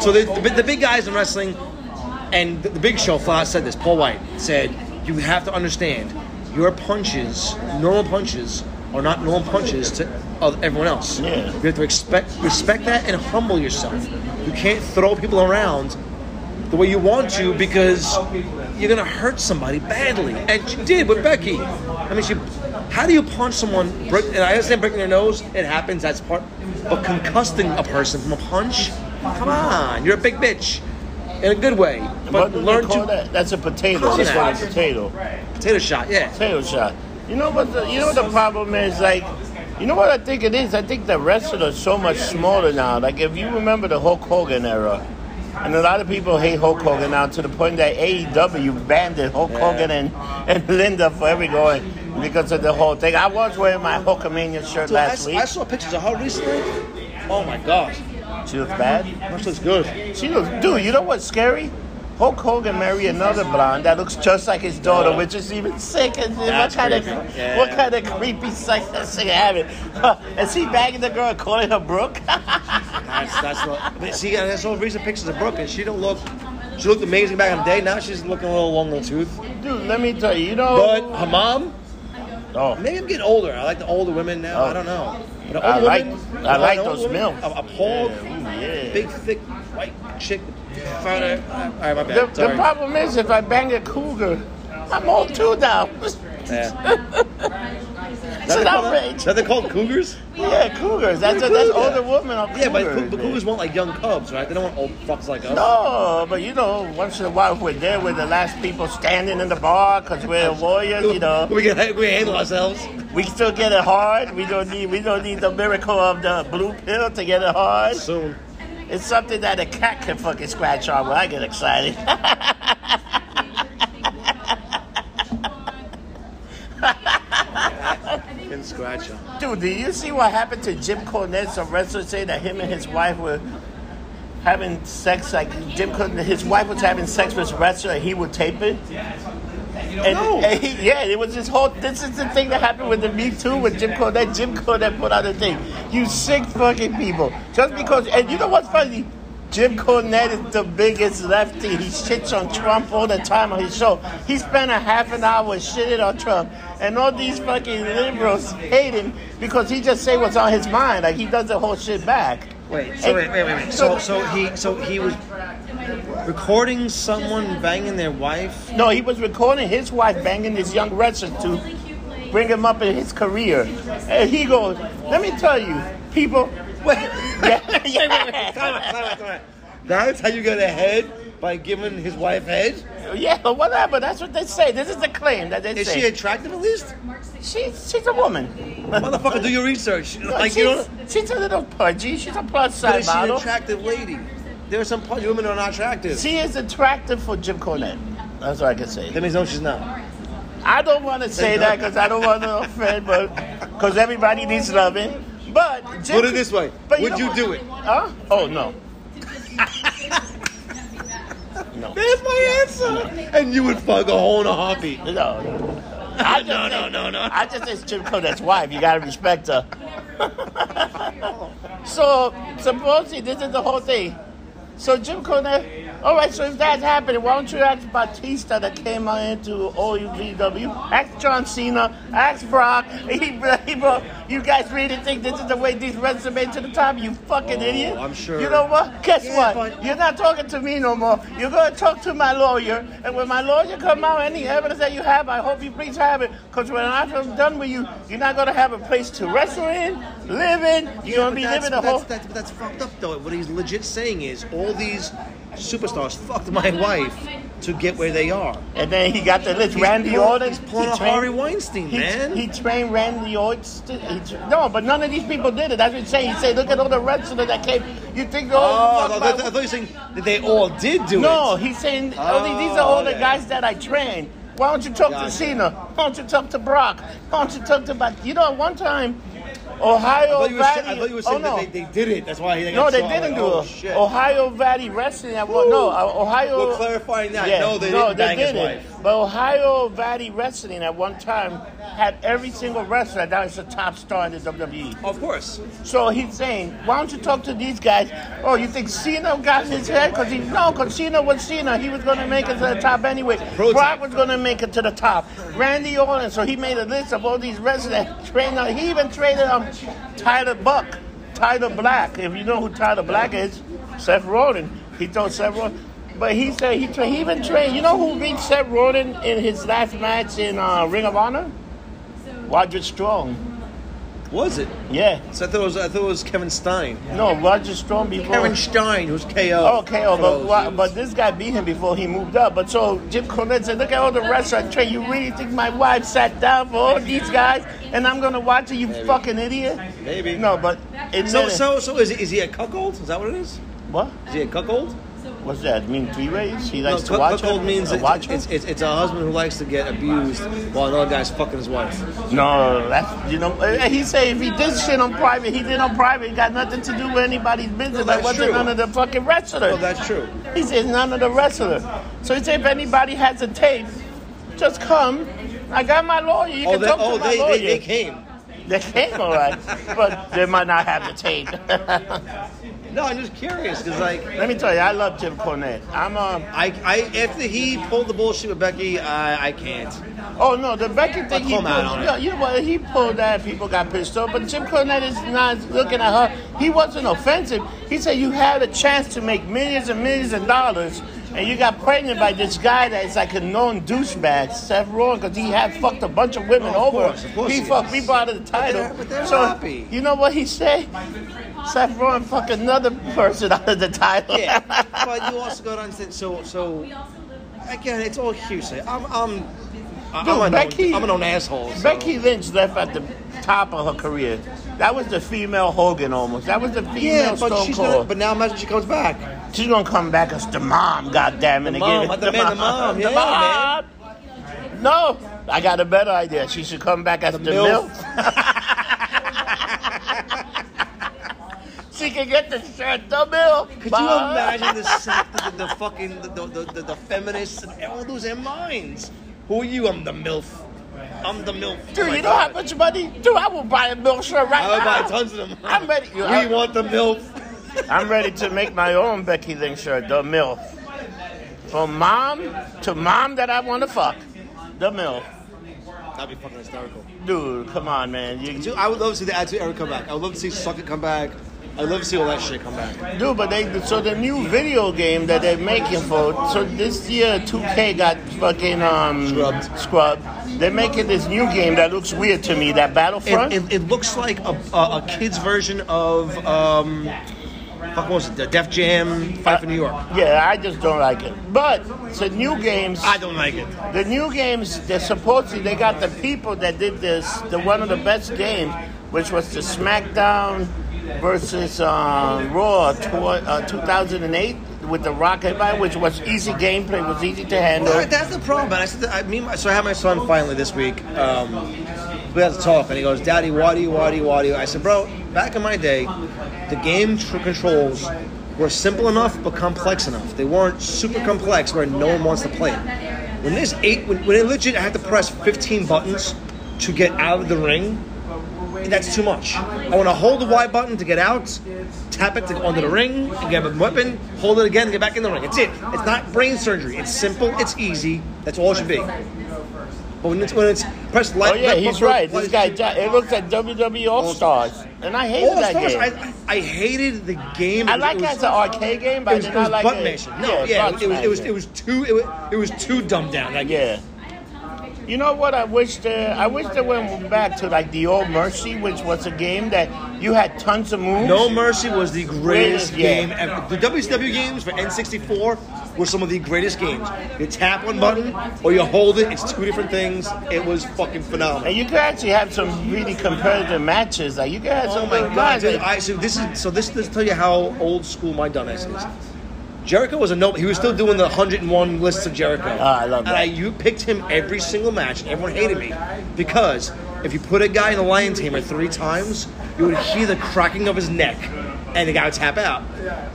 [SPEAKER 2] So the the, big- the big guys in wrestling, and the, the Big Show flat out said this. Paul White said, "You have to understand." Your punches, normal punches, are not normal punches to of everyone else.
[SPEAKER 1] Yeah.
[SPEAKER 2] You have to expect, respect that and humble yourself. You can't throw people around the way you want to because you're going to hurt somebody badly. And she did with Becky. I mean, she. How do you punch someone? Break, and I understand breaking their nose. It happens. That's part. But concussing a person from a punch. Come on, you're a big bitch, in a good way.
[SPEAKER 1] What
[SPEAKER 2] But
[SPEAKER 1] do they
[SPEAKER 2] learn
[SPEAKER 1] call
[SPEAKER 2] to
[SPEAKER 1] that? That's a potato.
[SPEAKER 2] Call
[SPEAKER 1] That's
[SPEAKER 2] that.
[SPEAKER 1] called a potato.
[SPEAKER 2] potato shot. Yeah.
[SPEAKER 1] Potato shot. You know what? The, you know what the problem is? Like, you know what I think it is? I think the wrestlers are so much smaller now. Like, if you remember the Hulk Hogan era, and a lot of people hate Hulk Hogan now to the point that AEW banned it, Hulk Hogan and, and Linda forever going because of the whole thing. I was wearing my Hulkamania shirt
[SPEAKER 2] So I,
[SPEAKER 1] last
[SPEAKER 2] s-
[SPEAKER 1] week.
[SPEAKER 2] I saw pictures of her recently. Oh my gosh,
[SPEAKER 1] She looks bad.
[SPEAKER 2] much looks good.
[SPEAKER 1] She looks, dude. You know what's scary? Hulk Hogan married another blonde that looks just like his daughter, which is even sick. And what
[SPEAKER 2] That's
[SPEAKER 1] kind of
[SPEAKER 2] creepy. Yeah.
[SPEAKER 1] what kind of creepy sex that's thing having? is he bagging the girl and calling her Brooke?
[SPEAKER 2] That's that's what. But see, and I saw recent pictures of Brooke, and she don't look. She looked amazing back in the day. Now she's looking a little long in the tooth.
[SPEAKER 1] dude, let me tell you. You
[SPEAKER 2] But
[SPEAKER 1] know,
[SPEAKER 2] her mom,
[SPEAKER 1] oh,
[SPEAKER 2] maybe I'm getting older. I like the older women now. I don't know. But an
[SPEAKER 1] I
[SPEAKER 2] older
[SPEAKER 1] like-
[SPEAKER 2] woman-
[SPEAKER 1] I like
[SPEAKER 2] an older
[SPEAKER 1] those
[SPEAKER 2] woman,
[SPEAKER 1] milfs.
[SPEAKER 2] A, a tall,
[SPEAKER 1] yeah.
[SPEAKER 2] big, thick, white chick. Fine, I- I- All right, my bad.
[SPEAKER 1] the, the
[SPEAKER 2] Sorry.
[SPEAKER 1] problem is if I bang a cougar, I'm old too now.
[SPEAKER 2] Yeah.
[SPEAKER 1] It's an outrage.
[SPEAKER 2] Are they called cougars?
[SPEAKER 1] Yeah, cougars. That's that's
[SPEAKER 2] Cougar.
[SPEAKER 1] older women are cougars.
[SPEAKER 2] Yeah, but, cou- but
[SPEAKER 1] man.
[SPEAKER 2] cougars want like young cubs, right? They don't want old fucks like us.
[SPEAKER 1] No, but you know, once in a while we're there, we're the last people standing in the bar because we're warriors, you know.
[SPEAKER 2] We can, we can handle ourselves.
[SPEAKER 1] We still get it hard. We don't need we don't need the miracle of the blue pill to get it hard.
[SPEAKER 2] Soon.
[SPEAKER 1] It's something that a cat can fucking scratch on when I get excited.
[SPEAKER 2] Can scratch them.
[SPEAKER 1] Dude, do you see what happened to Jim Cornette? Some wrestlers say that him and his wife were having sex. Like Jim Cornette, his wife was having sex with a wrestler, and he would tape it. And,
[SPEAKER 2] No.
[SPEAKER 1] and he, yeah, it was this whole. This is the thing that happened with the Me Too with Jim Cornette. Jim Cornette put out a thing. You sick fucking people. Just because, and you know what's funny? Jim Cornette is the biggest lefty. He shits on Trump all the time on his show. He spent a half an hour shitting on Trump, and all these fucking liberals hate him because he just say what's on his mind. Like he does the whole shit back.
[SPEAKER 2] Wait, so wait, wait, wait, wait. So, so he, so he was recording someone banging their wife.
[SPEAKER 1] No, he was recording his wife banging this young wrestler to bring him up in his career. And he goes, let me tell you, people.
[SPEAKER 2] Wait,
[SPEAKER 1] Yeah, yeah,
[SPEAKER 2] time out, time out, time out. That's how you get ahead by giving his wife head.
[SPEAKER 1] yeah, but whatever. That's what they say. This is the claim that they
[SPEAKER 2] Is
[SPEAKER 1] say.
[SPEAKER 2] she attractive at least?
[SPEAKER 1] she's, she's a woman.
[SPEAKER 2] Motherfucker, do your research. Like
[SPEAKER 1] she's,
[SPEAKER 2] you don't.
[SPEAKER 1] she's a little pudgy. She's a plus
[SPEAKER 2] But
[SPEAKER 1] size
[SPEAKER 2] is she an
[SPEAKER 1] model.
[SPEAKER 2] attractive lady? There are some pudgy women who are not attractive.
[SPEAKER 1] she is attractive for Jim Cornette. That's all I can say.
[SPEAKER 2] That means no, she's not.
[SPEAKER 1] I don't want to say that because I don't want to offend, but because everybody needs loving. But Jim,
[SPEAKER 2] Put it this way:
[SPEAKER 1] but
[SPEAKER 2] Would
[SPEAKER 1] know
[SPEAKER 2] you
[SPEAKER 1] what?
[SPEAKER 2] do it?
[SPEAKER 1] Huh? Oh no.
[SPEAKER 2] There's my answer. And you would fuck a hole in a heartbeat.
[SPEAKER 1] No, no. I just
[SPEAKER 2] No, no,
[SPEAKER 1] think-
[SPEAKER 2] no, no.
[SPEAKER 1] I just think it's Jim Cornette's wife. You gotta respect her. so supposedly this is the whole thing. So Jim Cornette, all right. So if that's happening, why don't you ask Batista that came out into OUVW? Ask John Cena. Ask Brock. He, he bro, you guys really think this is the way these wrestlers made to the top? You fucking
[SPEAKER 2] Oh,
[SPEAKER 1] idiot!
[SPEAKER 2] I'm sure.
[SPEAKER 1] You know what? Guess what?
[SPEAKER 2] Yeah, but-
[SPEAKER 1] You're not talking to me no more. You're gonna talk to my lawyer, and when my lawyer come out, any evidence that you have, I hope you please have it. Cause when I'm done with you, you're not gonna have a place to wrestle in, live in. You're gonna be
[SPEAKER 2] But
[SPEAKER 1] living a
[SPEAKER 2] that's,
[SPEAKER 1] whole.
[SPEAKER 2] That's, that's, that's fucked up, though. What he's legit saying is all these superstars fucked my wife to get where they are.
[SPEAKER 1] And then he got the list.
[SPEAKER 2] He's
[SPEAKER 1] Randy
[SPEAKER 2] pulling-
[SPEAKER 1] Orton.
[SPEAKER 2] he's pulling
[SPEAKER 1] he
[SPEAKER 2] a
[SPEAKER 1] trained-
[SPEAKER 2] Harvey Weinstein,
[SPEAKER 1] he,
[SPEAKER 2] man.
[SPEAKER 1] He trained Randy Orton. He tra- no, but none of these people did it. That's what he's saying. He said, look at all the wrestlers that came. You think they're all.
[SPEAKER 2] Oh, I thought, I thought you were saying that they all did do
[SPEAKER 1] no,
[SPEAKER 2] it.
[SPEAKER 1] he's saying oh, these- these are
[SPEAKER 2] Oh,
[SPEAKER 1] all the
[SPEAKER 2] okay.
[SPEAKER 1] guys that I trained. Why don't you talk to
[SPEAKER 2] Gotcha.
[SPEAKER 1] Cena? Why don't you talk to Brock? Why don't you talk to. Bat- You know, one time,
[SPEAKER 2] I
[SPEAKER 1] Ohio
[SPEAKER 2] thought you were, saying,
[SPEAKER 1] Valley-
[SPEAKER 2] I thought you were
[SPEAKER 1] oh,
[SPEAKER 2] saying
[SPEAKER 1] no.
[SPEAKER 2] that they, they did it. That's why he
[SPEAKER 1] No,
[SPEAKER 2] got
[SPEAKER 1] they
[SPEAKER 2] shot.
[SPEAKER 1] didn't
[SPEAKER 2] Like,
[SPEAKER 1] do
[SPEAKER 2] oh,
[SPEAKER 1] it.
[SPEAKER 2] Shit.
[SPEAKER 1] Ohio Valley Wrestling. I, no, uh, Ohio.
[SPEAKER 2] We're clarifying that. No, they didn't bang his wife.
[SPEAKER 1] But Ohio Valley Wrestling at one time had every single wrestler that was a top star in the E. WWE.
[SPEAKER 2] Of course.
[SPEAKER 1] So he's saying, why don't you talk to these guys? Oh, you think Cena got his head? Because he no, because Cena was Cena. He was going to make it to the top anyway.
[SPEAKER 2] Prototype.
[SPEAKER 1] Brock was going to make it to the top. Randy Orton. So he made a list of all these residents. Trained on. He even traded um, Tyler Buck, Tyler Black. If you know who Tyler Black is, Seth Rollins. He told Seth Rollins. But he said he, tra- he even trained. You know who beat Seth Rollins in his last match in uh, Ring of Honor? Roger Strong.
[SPEAKER 2] Was it?
[SPEAKER 1] Yeah.
[SPEAKER 2] So I thought it was, I thought it was Kevin Stein.
[SPEAKER 1] No, Roger Strong before.
[SPEAKER 2] Kevin Stein was KO.
[SPEAKER 1] Okay, oh, but,
[SPEAKER 2] For
[SPEAKER 1] why,
[SPEAKER 2] those
[SPEAKER 1] but this guy beat him before he moved up. But so Jim Cornette said, "Look at all the restaurant train. You really think my wife sat down for all these guys, and I'm gonna watch it? You fucking idiot!"
[SPEAKER 2] Maybe.
[SPEAKER 1] No, but it's
[SPEAKER 2] So, so, so is, is he a cuckold? Is that what it is?
[SPEAKER 1] what?
[SPEAKER 2] Is he a cuckold?
[SPEAKER 1] What's that? Mean three ways? He likes
[SPEAKER 2] cuck-
[SPEAKER 1] to watch
[SPEAKER 2] cuckold
[SPEAKER 1] her?
[SPEAKER 2] means
[SPEAKER 1] Uh,
[SPEAKER 2] it's,
[SPEAKER 1] watch her?
[SPEAKER 2] it's, it's, it's a husband who likes to get abused while another guy's fucking his wife.
[SPEAKER 1] No, that's you know. and He said if he did shit on private, he did on private. It got nothing to do with anybody's business. that
[SPEAKER 2] that's
[SPEAKER 1] wasn't
[SPEAKER 2] true.
[SPEAKER 1] none of the fucking wrestlers.
[SPEAKER 2] Oh, that's true.
[SPEAKER 1] He says none of the wrestlers. So he said if anybody has a tape, just come. I got my lawyer. You
[SPEAKER 2] Oh,
[SPEAKER 1] can
[SPEAKER 2] they,
[SPEAKER 1] talk
[SPEAKER 2] oh
[SPEAKER 1] to my
[SPEAKER 2] they,
[SPEAKER 1] lawyer.
[SPEAKER 2] they, they came.
[SPEAKER 1] They came all right, but they might not have the tape.
[SPEAKER 2] No, I'm just curious because like
[SPEAKER 1] Let me tell you, I love Jim Cornette. I'm um.
[SPEAKER 2] I, I after he pulled the bullshit with Becky, I, I can't.
[SPEAKER 1] Oh no, the Becky thing he
[SPEAKER 2] come
[SPEAKER 1] pulled.
[SPEAKER 2] out on it.
[SPEAKER 1] Yeah, you know what? He pulled that. People got pissed off. But Jim Cornette is not looking at her. He wasn't offensive. He said you had a chance to make millions and millions of dollars, and you got pregnant by this guy that is like a known douchebag, Seth Rollins, because he had fucked a bunch of women
[SPEAKER 2] Oh, of
[SPEAKER 1] over.
[SPEAKER 2] course, of course
[SPEAKER 1] he
[SPEAKER 2] he
[SPEAKER 1] fucked
[SPEAKER 2] is.
[SPEAKER 1] people out of the title.
[SPEAKER 2] they're- but they're
[SPEAKER 1] so
[SPEAKER 2] happy.
[SPEAKER 1] you know what he said? Seth Rollins fucked another person out of the title.
[SPEAKER 2] Yeah, but you also got to understand. So so again, it's all hearsay. I'm I'm I-
[SPEAKER 1] Dude,
[SPEAKER 2] I'm, a
[SPEAKER 1] Becky-
[SPEAKER 2] known, I'm a known asshole. so-
[SPEAKER 1] Becky Lynch left at the top of her career. That was the female Hogan almost. That was the female
[SPEAKER 2] Yeah, but
[SPEAKER 1] Stone
[SPEAKER 2] she's
[SPEAKER 1] Cold.
[SPEAKER 2] gonna, but now imagine she comes back.
[SPEAKER 1] she's gonna come back as the mom, goddamn it
[SPEAKER 2] The
[SPEAKER 1] again.
[SPEAKER 2] mom, I demand the mom, yeah, man.
[SPEAKER 1] mom. No, I got a better idea. She should come back as the, milk.
[SPEAKER 2] milf.
[SPEAKER 1] she can get the shirt, the milk.
[SPEAKER 2] Could you
[SPEAKER 1] Mom.
[SPEAKER 2] imagine the sect- the, the, the fucking the, the, the, the feminists and all those in minds? Who are you? I'm the milf. I'm the milf.
[SPEAKER 1] Dude,
[SPEAKER 2] Oh my
[SPEAKER 1] you know how
[SPEAKER 2] God.
[SPEAKER 1] much money? Dude, I will buy a milk shirt right
[SPEAKER 2] I would
[SPEAKER 1] now.
[SPEAKER 2] buy tons of them.
[SPEAKER 1] I'm ready.
[SPEAKER 2] We
[SPEAKER 1] I-
[SPEAKER 2] want the milf.
[SPEAKER 1] I'm ready to make my own Becky Lynch shirt, the MILF. From mom to mom that I want to fuck, the MILF.
[SPEAKER 2] That'd be fucking hysterical.
[SPEAKER 1] Dude, come on, man. You,
[SPEAKER 2] Dude, I would love to see the Attitude Era come back. I would love to see Suck It come back. I'd love to see all that shit come back.
[SPEAKER 1] dude, but they so the new video game that they're making for so this year 2K got fucking um
[SPEAKER 2] Scrubbed.
[SPEAKER 1] scrubbed. They're making this new game that looks weird to me. That Battlefront.
[SPEAKER 2] It, it, it looks like a, a, a kid's version of um, fuck what was it? The Def Jam Fight for New York.
[SPEAKER 1] yeah, I just don't like it. But the new games.
[SPEAKER 2] I don't like it.
[SPEAKER 1] The new games, they're supposedly they got the people that did this, the one of the best games, which was the SmackDown versus um, Raw tw- uh, 2008 with the Rock and everybody, which was easy gameplay, was easy to handle.
[SPEAKER 2] Well, that's the problem, man. I said, that, I mean, so I had my son finally this week. Um, we had to talk, and he goes, "Daddy, why do you, why do you, why do you?" I said, "Bro, back in my day, the game tr- controls were simple enough but complex enough. They weren't super complex where no one wants to play it. When there's eight, when, when they legit have to press 15 buttons to get out of the ring, that's too much. I want to hold the Y button to get out, tap it to, onto the ring, and grab a weapon, hold it again, and get back in the ring. It's it. It's not brain surgery. It's simple. It's easy. That's all it should be. But when it's when it's press
[SPEAKER 1] Oh
[SPEAKER 2] light,
[SPEAKER 1] yeah,
[SPEAKER 2] left
[SPEAKER 1] he's
[SPEAKER 2] button,
[SPEAKER 1] right.
[SPEAKER 2] press-
[SPEAKER 1] This guy, John- it looks like WWE All Stars, and I hated
[SPEAKER 2] All
[SPEAKER 1] that
[SPEAKER 2] stars.
[SPEAKER 1] game.
[SPEAKER 2] I, I I hated the game.
[SPEAKER 1] I
[SPEAKER 2] because
[SPEAKER 1] like
[SPEAKER 2] it
[SPEAKER 1] that
[SPEAKER 2] was-
[SPEAKER 1] as an arcade game, but
[SPEAKER 2] It
[SPEAKER 1] I
[SPEAKER 2] was,
[SPEAKER 1] did
[SPEAKER 2] it
[SPEAKER 1] not
[SPEAKER 2] was
[SPEAKER 1] like
[SPEAKER 2] button
[SPEAKER 1] it.
[SPEAKER 2] mashing. No, yeah,
[SPEAKER 1] button
[SPEAKER 2] it was, it was
[SPEAKER 1] mashing.
[SPEAKER 2] it was too it was, it was too dumbed down. Like,
[SPEAKER 1] Yeah. You know what? I wish there. I wish they went back to like the old Mercy, which was a game that you had tons of moves.
[SPEAKER 2] No Mercy was the greatest
[SPEAKER 1] Yeah.
[SPEAKER 2] game ever. The WCW games for N64 were some of the greatest games. You tap one button or you hold it, it's two different things. It was fucking phenomenal.
[SPEAKER 1] And you could actually have some really competitive matches. Like you could have
[SPEAKER 2] Oh
[SPEAKER 1] some
[SPEAKER 2] my
[SPEAKER 1] good
[SPEAKER 2] god,
[SPEAKER 1] guys.
[SPEAKER 2] dude.
[SPEAKER 1] like-
[SPEAKER 2] I, so this is so this this tell you how old school my dumbass is. Jericho was a no. He was still doing the 101 lists of Jericho.
[SPEAKER 1] Ah, I love
[SPEAKER 2] And
[SPEAKER 1] that.
[SPEAKER 2] I, you picked him every single match, and everyone hated me because if you put a guy in the Lion Tamer three times, you would hear the cracking of his neck, and the guy would tap out,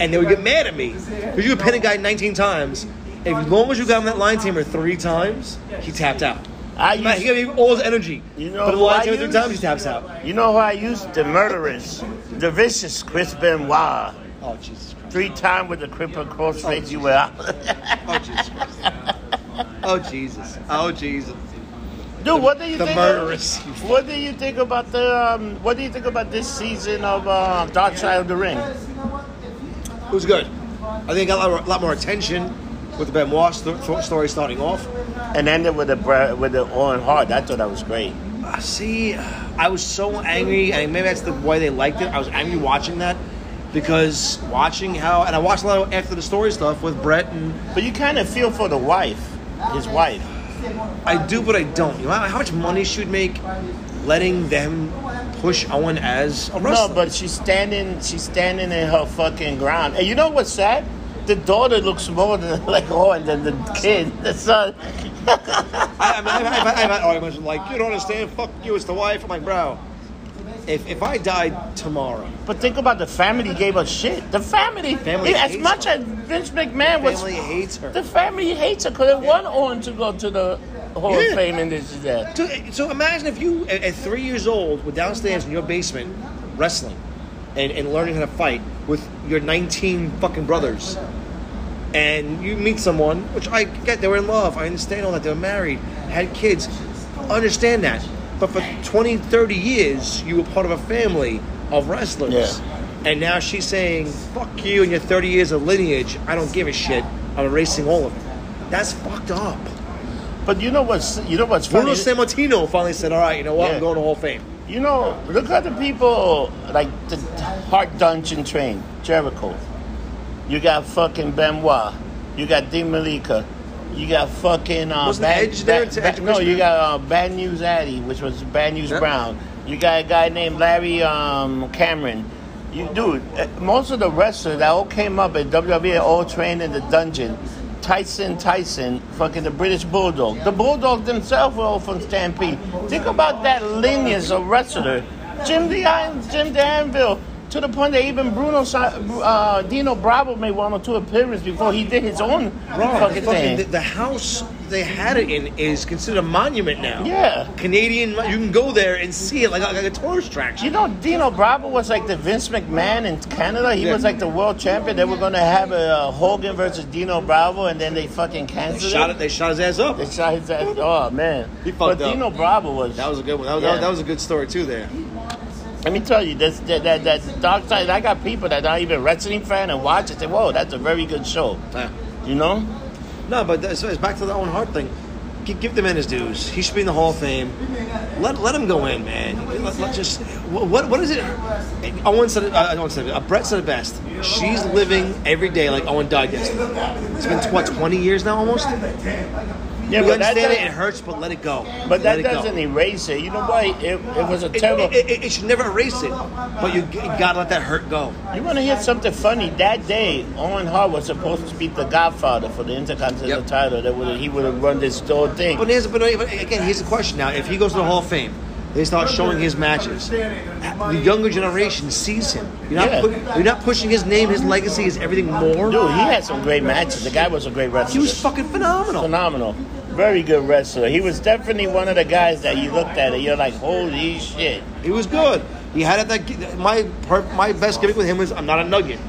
[SPEAKER 2] and they would get mad at me because you would pin a guy 19 times. As long as you got him that line tamer three times, he tapped out.
[SPEAKER 1] I
[SPEAKER 2] Man, he
[SPEAKER 1] used,
[SPEAKER 2] gave me all his energy.
[SPEAKER 1] You know
[SPEAKER 2] but the
[SPEAKER 1] who I
[SPEAKER 2] line tamer three
[SPEAKER 1] use?
[SPEAKER 2] times, he taps out.
[SPEAKER 1] you know who I used? The murderous, the vicious Chris Benoit.
[SPEAKER 2] Oh Jesus Christ!
[SPEAKER 1] Three time with the cripple crossface you were out.
[SPEAKER 2] Oh Jesus Christ! Oh Jesus! Oh Jesus!
[SPEAKER 1] Dude, what do you
[SPEAKER 2] the
[SPEAKER 1] think?
[SPEAKER 2] murderous.
[SPEAKER 1] What do you think about the? Um, what do you think about this season of uh, Dark Side of the Ring?
[SPEAKER 2] It was good. I think it got a lot, a lot more attention with the Benoit st- st- story starting off.
[SPEAKER 1] And ended with the bra- with the Owen Hart. I thought that was great.
[SPEAKER 2] Uh, See, I was so angry, and maybe that's the way they liked it. I was angry watching that because watching how, and I watched a lot of after the story stuff with Brett, and
[SPEAKER 1] But you kind of feel for the wife, his wife.
[SPEAKER 2] I do, but I don't. You know how how much money she'd make letting them push Owen as a wrestler.
[SPEAKER 1] No, but she's standing. She's standing in her fucking ground. And you know what's sad? The daughter looks more than like Owen than the kid, the son.
[SPEAKER 2] I, I, mean, I've, I've, I've had arguments like you don't understand. Fuck you, it's the wife. I'm like, bro, if if I died tomorrow,
[SPEAKER 1] But think about the family gave us shit. The family,
[SPEAKER 2] Family
[SPEAKER 1] as
[SPEAKER 2] hates
[SPEAKER 1] much
[SPEAKER 2] her.
[SPEAKER 1] as Vince McMahon was,
[SPEAKER 2] family hates her.
[SPEAKER 1] the family hates her because they want Owen to go to the Hall
[SPEAKER 2] Yeah.
[SPEAKER 1] of Fame and this and that.
[SPEAKER 2] So, so imagine if you, at, at three years old, were downstairs in your basement wrestling and, and learning how to fight with your 19 fucking brothers. And you meet someone, which I get, they were in love. I understand all that. They were married, had kids. Understand that. But for 20, 30 years, you were part of a family of wrestlers.
[SPEAKER 1] Yeah.
[SPEAKER 2] And now she's saying, fuck you and your 30 years of lineage. I don't give a shit. I'm erasing all of it. That's fucked up.
[SPEAKER 1] But you know what's you know what's funny?
[SPEAKER 2] Bruno Sammartino finally said, "All right, you know what?
[SPEAKER 1] Yeah.
[SPEAKER 2] I'm going to Hall of Fame."
[SPEAKER 1] You know, look at the people like the Hart Dungeon Train, Jericho. You got fucking Benoit. You got Dean Malika. You got fucking uh,
[SPEAKER 2] Wasn't Edge there to Edge
[SPEAKER 1] no, you
[SPEAKER 2] Christian?
[SPEAKER 1] got uh, Bad News Addy, which was Bad News
[SPEAKER 2] Yeah.
[SPEAKER 1] Brown. You got a guy named Larry um, Cameron. You dude, uh, most of the wrestlers that all came up at WWE are all trained in the dungeon. Tyson, Tyson, fucking the British Bulldog. The Bulldogs themselves were all from Stampede. Think about that lineage of wrestler, Jim the Iron, Jim the Anvil. To the point that even Bruno, Si- uh, Dino Bravo made one or two appearances before he did his own fucking
[SPEAKER 2] Fucking
[SPEAKER 1] thing.
[SPEAKER 2] the, the house they had it in is considered a monument now.
[SPEAKER 1] Yeah.
[SPEAKER 2] Canadian. mon- You can go there and see it like, like a tourist attraction.
[SPEAKER 1] You know, Dino Bravo was like the Vince McMahon in Canada. He
[SPEAKER 2] Yeah.
[SPEAKER 1] was like the world champion. They were going to have a uh, Hogan versus Dino Bravo, and then they fucking
[SPEAKER 2] They
[SPEAKER 1] canceled
[SPEAKER 2] shot it. They shot his ass up.
[SPEAKER 1] They shot his ass. Oh man!
[SPEAKER 2] He
[SPEAKER 1] but
[SPEAKER 2] fucked up.
[SPEAKER 1] Dino Bravo was.
[SPEAKER 2] That was a good one. That was,
[SPEAKER 1] Yeah.
[SPEAKER 2] that was a good story too. There.
[SPEAKER 1] Let me tell you, this, that, that that dark side. I got people that aren't even wrestling fan and watch it. Say, "Whoa, that's a very good show."
[SPEAKER 2] Yeah.
[SPEAKER 1] You know?
[SPEAKER 2] No, but that's, it's back to the Owen Hart thing. Gi- Give the man his dues. He should be in the Hall of Fame. Let, let him go in, man. Let, let just wha- what what is it? Owen said it. Uh, Owen said it. Uh, Brett said it best. She's living every day like Owen died yesterday. It's been what twenty years now almost.
[SPEAKER 1] Yeah,
[SPEAKER 2] you
[SPEAKER 1] but that,
[SPEAKER 2] understand it.
[SPEAKER 1] does-
[SPEAKER 2] It hurts, but let it go.
[SPEAKER 1] but that
[SPEAKER 2] Let it go.
[SPEAKER 1] doesn't erase it. You know what? It, it was a
[SPEAKER 2] It,
[SPEAKER 1] terrible.
[SPEAKER 2] it- it- it should never erase it. But you, g- gotta let that hurt go.
[SPEAKER 1] You want to hear something funny? That day, Owen Hart was supposed to be the godfather for the Intercontinental
[SPEAKER 2] Yep.
[SPEAKER 1] title. That would he would have run this whole thing.
[SPEAKER 2] But here's, but but again, here's the question now. If he goes to the Hall of Fame, they start showing his matches. The younger generation sees him. You're not,
[SPEAKER 1] Yeah.
[SPEAKER 2] pu- you're not pushing his name, his legacy, his everything more.
[SPEAKER 1] Dude, he had some great matches. The guy was a great wrestler.
[SPEAKER 2] He was fucking phenomenal.
[SPEAKER 1] phenomenal. Very good wrestler. He was definitely one of the guys that you looked at and you're like, holy shit.
[SPEAKER 2] He was good. He had it that gi- my per- my best gimmick with him was I'm not a nugget.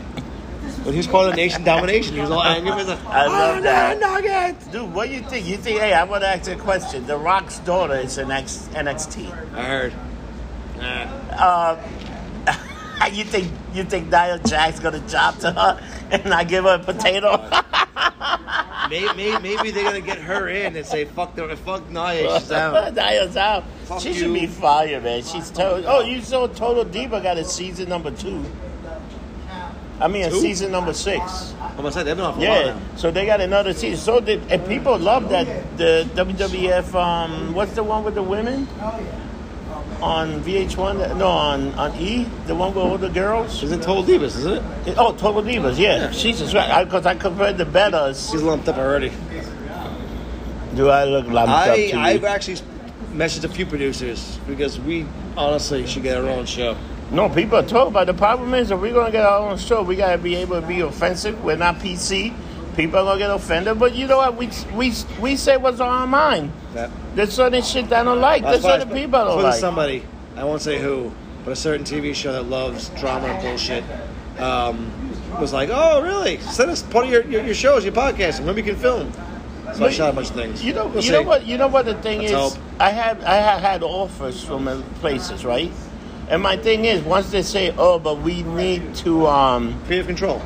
[SPEAKER 2] When he was part of the nation domination, he was all angry. He was like,
[SPEAKER 1] I love
[SPEAKER 2] I'm
[SPEAKER 1] that.
[SPEAKER 2] not a nugget.
[SPEAKER 1] Dude, what do you think? You think, hey, I want to ask you a question. The Rock's daughter is in X- NXT.
[SPEAKER 2] I heard. Nah.
[SPEAKER 1] You think you think Nia Jack's gonna job to her and not give her a potato?
[SPEAKER 2] Maybe, maybe, maybe they're gonna get her in and say fuck the fuck Nia, she's out.
[SPEAKER 1] Nia's out.
[SPEAKER 2] Fuck
[SPEAKER 1] she should
[SPEAKER 2] you.
[SPEAKER 1] be fire, man. She's total. Oh, you saw Total Diva got a season number two. I mean, a
[SPEAKER 2] Two?
[SPEAKER 1] season number six.
[SPEAKER 2] I'm gonna say they've been off for a while
[SPEAKER 1] Yeah.
[SPEAKER 2] now.
[SPEAKER 1] So they got another season. So did, and people love that the WWF. Um, what's the one with the women? On VH1, no, on on E, the one with all the girls.
[SPEAKER 2] She's in Total Divas, isn't it?
[SPEAKER 1] Oh, Total Divas. Yeah, Jesus, right. Because I, compared the betters.
[SPEAKER 2] She's lumped up already.
[SPEAKER 1] Do I look lumped up to
[SPEAKER 2] I
[SPEAKER 1] you?
[SPEAKER 2] I've actually messaged a few producers because we honestly should get our own show.
[SPEAKER 1] No, people are told, but the problem is if we're gonna get our own show, we gotta be able to be offensive. We're not PC. People are gonna get offended, but you know what? We we we say what's on our mind.
[SPEAKER 2] That,
[SPEAKER 1] There's certain shit that I don't like. There's
[SPEAKER 2] why I
[SPEAKER 1] certain
[SPEAKER 2] sp-
[SPEAKER 1] people I
[SPEAKER 2] I
[SPEAKER 1] don't
[SPEAKER 2] spoke to
[SPEAKER 1] like.
[SPEAKER 2] somebody, I won't say who, but a certain TV show that loves drama and bullshit um, was like, oh, really? Send us part of your, your, your shows, your podcast, and maybe we can film. So I
[SPEAKER 1] But
[SPEAKER 2] shot a bunch of things.
[SPEAKER 1] You know,
[SPEAKER 2] We'll
[SPEAKER 1] you know
[SPEAKER 2] see.
[SPEAKER 1] what? You know what the thing
[SPEAKER 2] Let's
[SPEAKER 1] is.
[SPEAKER 2] hope.
[SPEAKER 1] I have I have had offers from uh, places, right? And my thing is, once they say, "Oh, but we need to, um,
[SPEAKER 2] Creative control.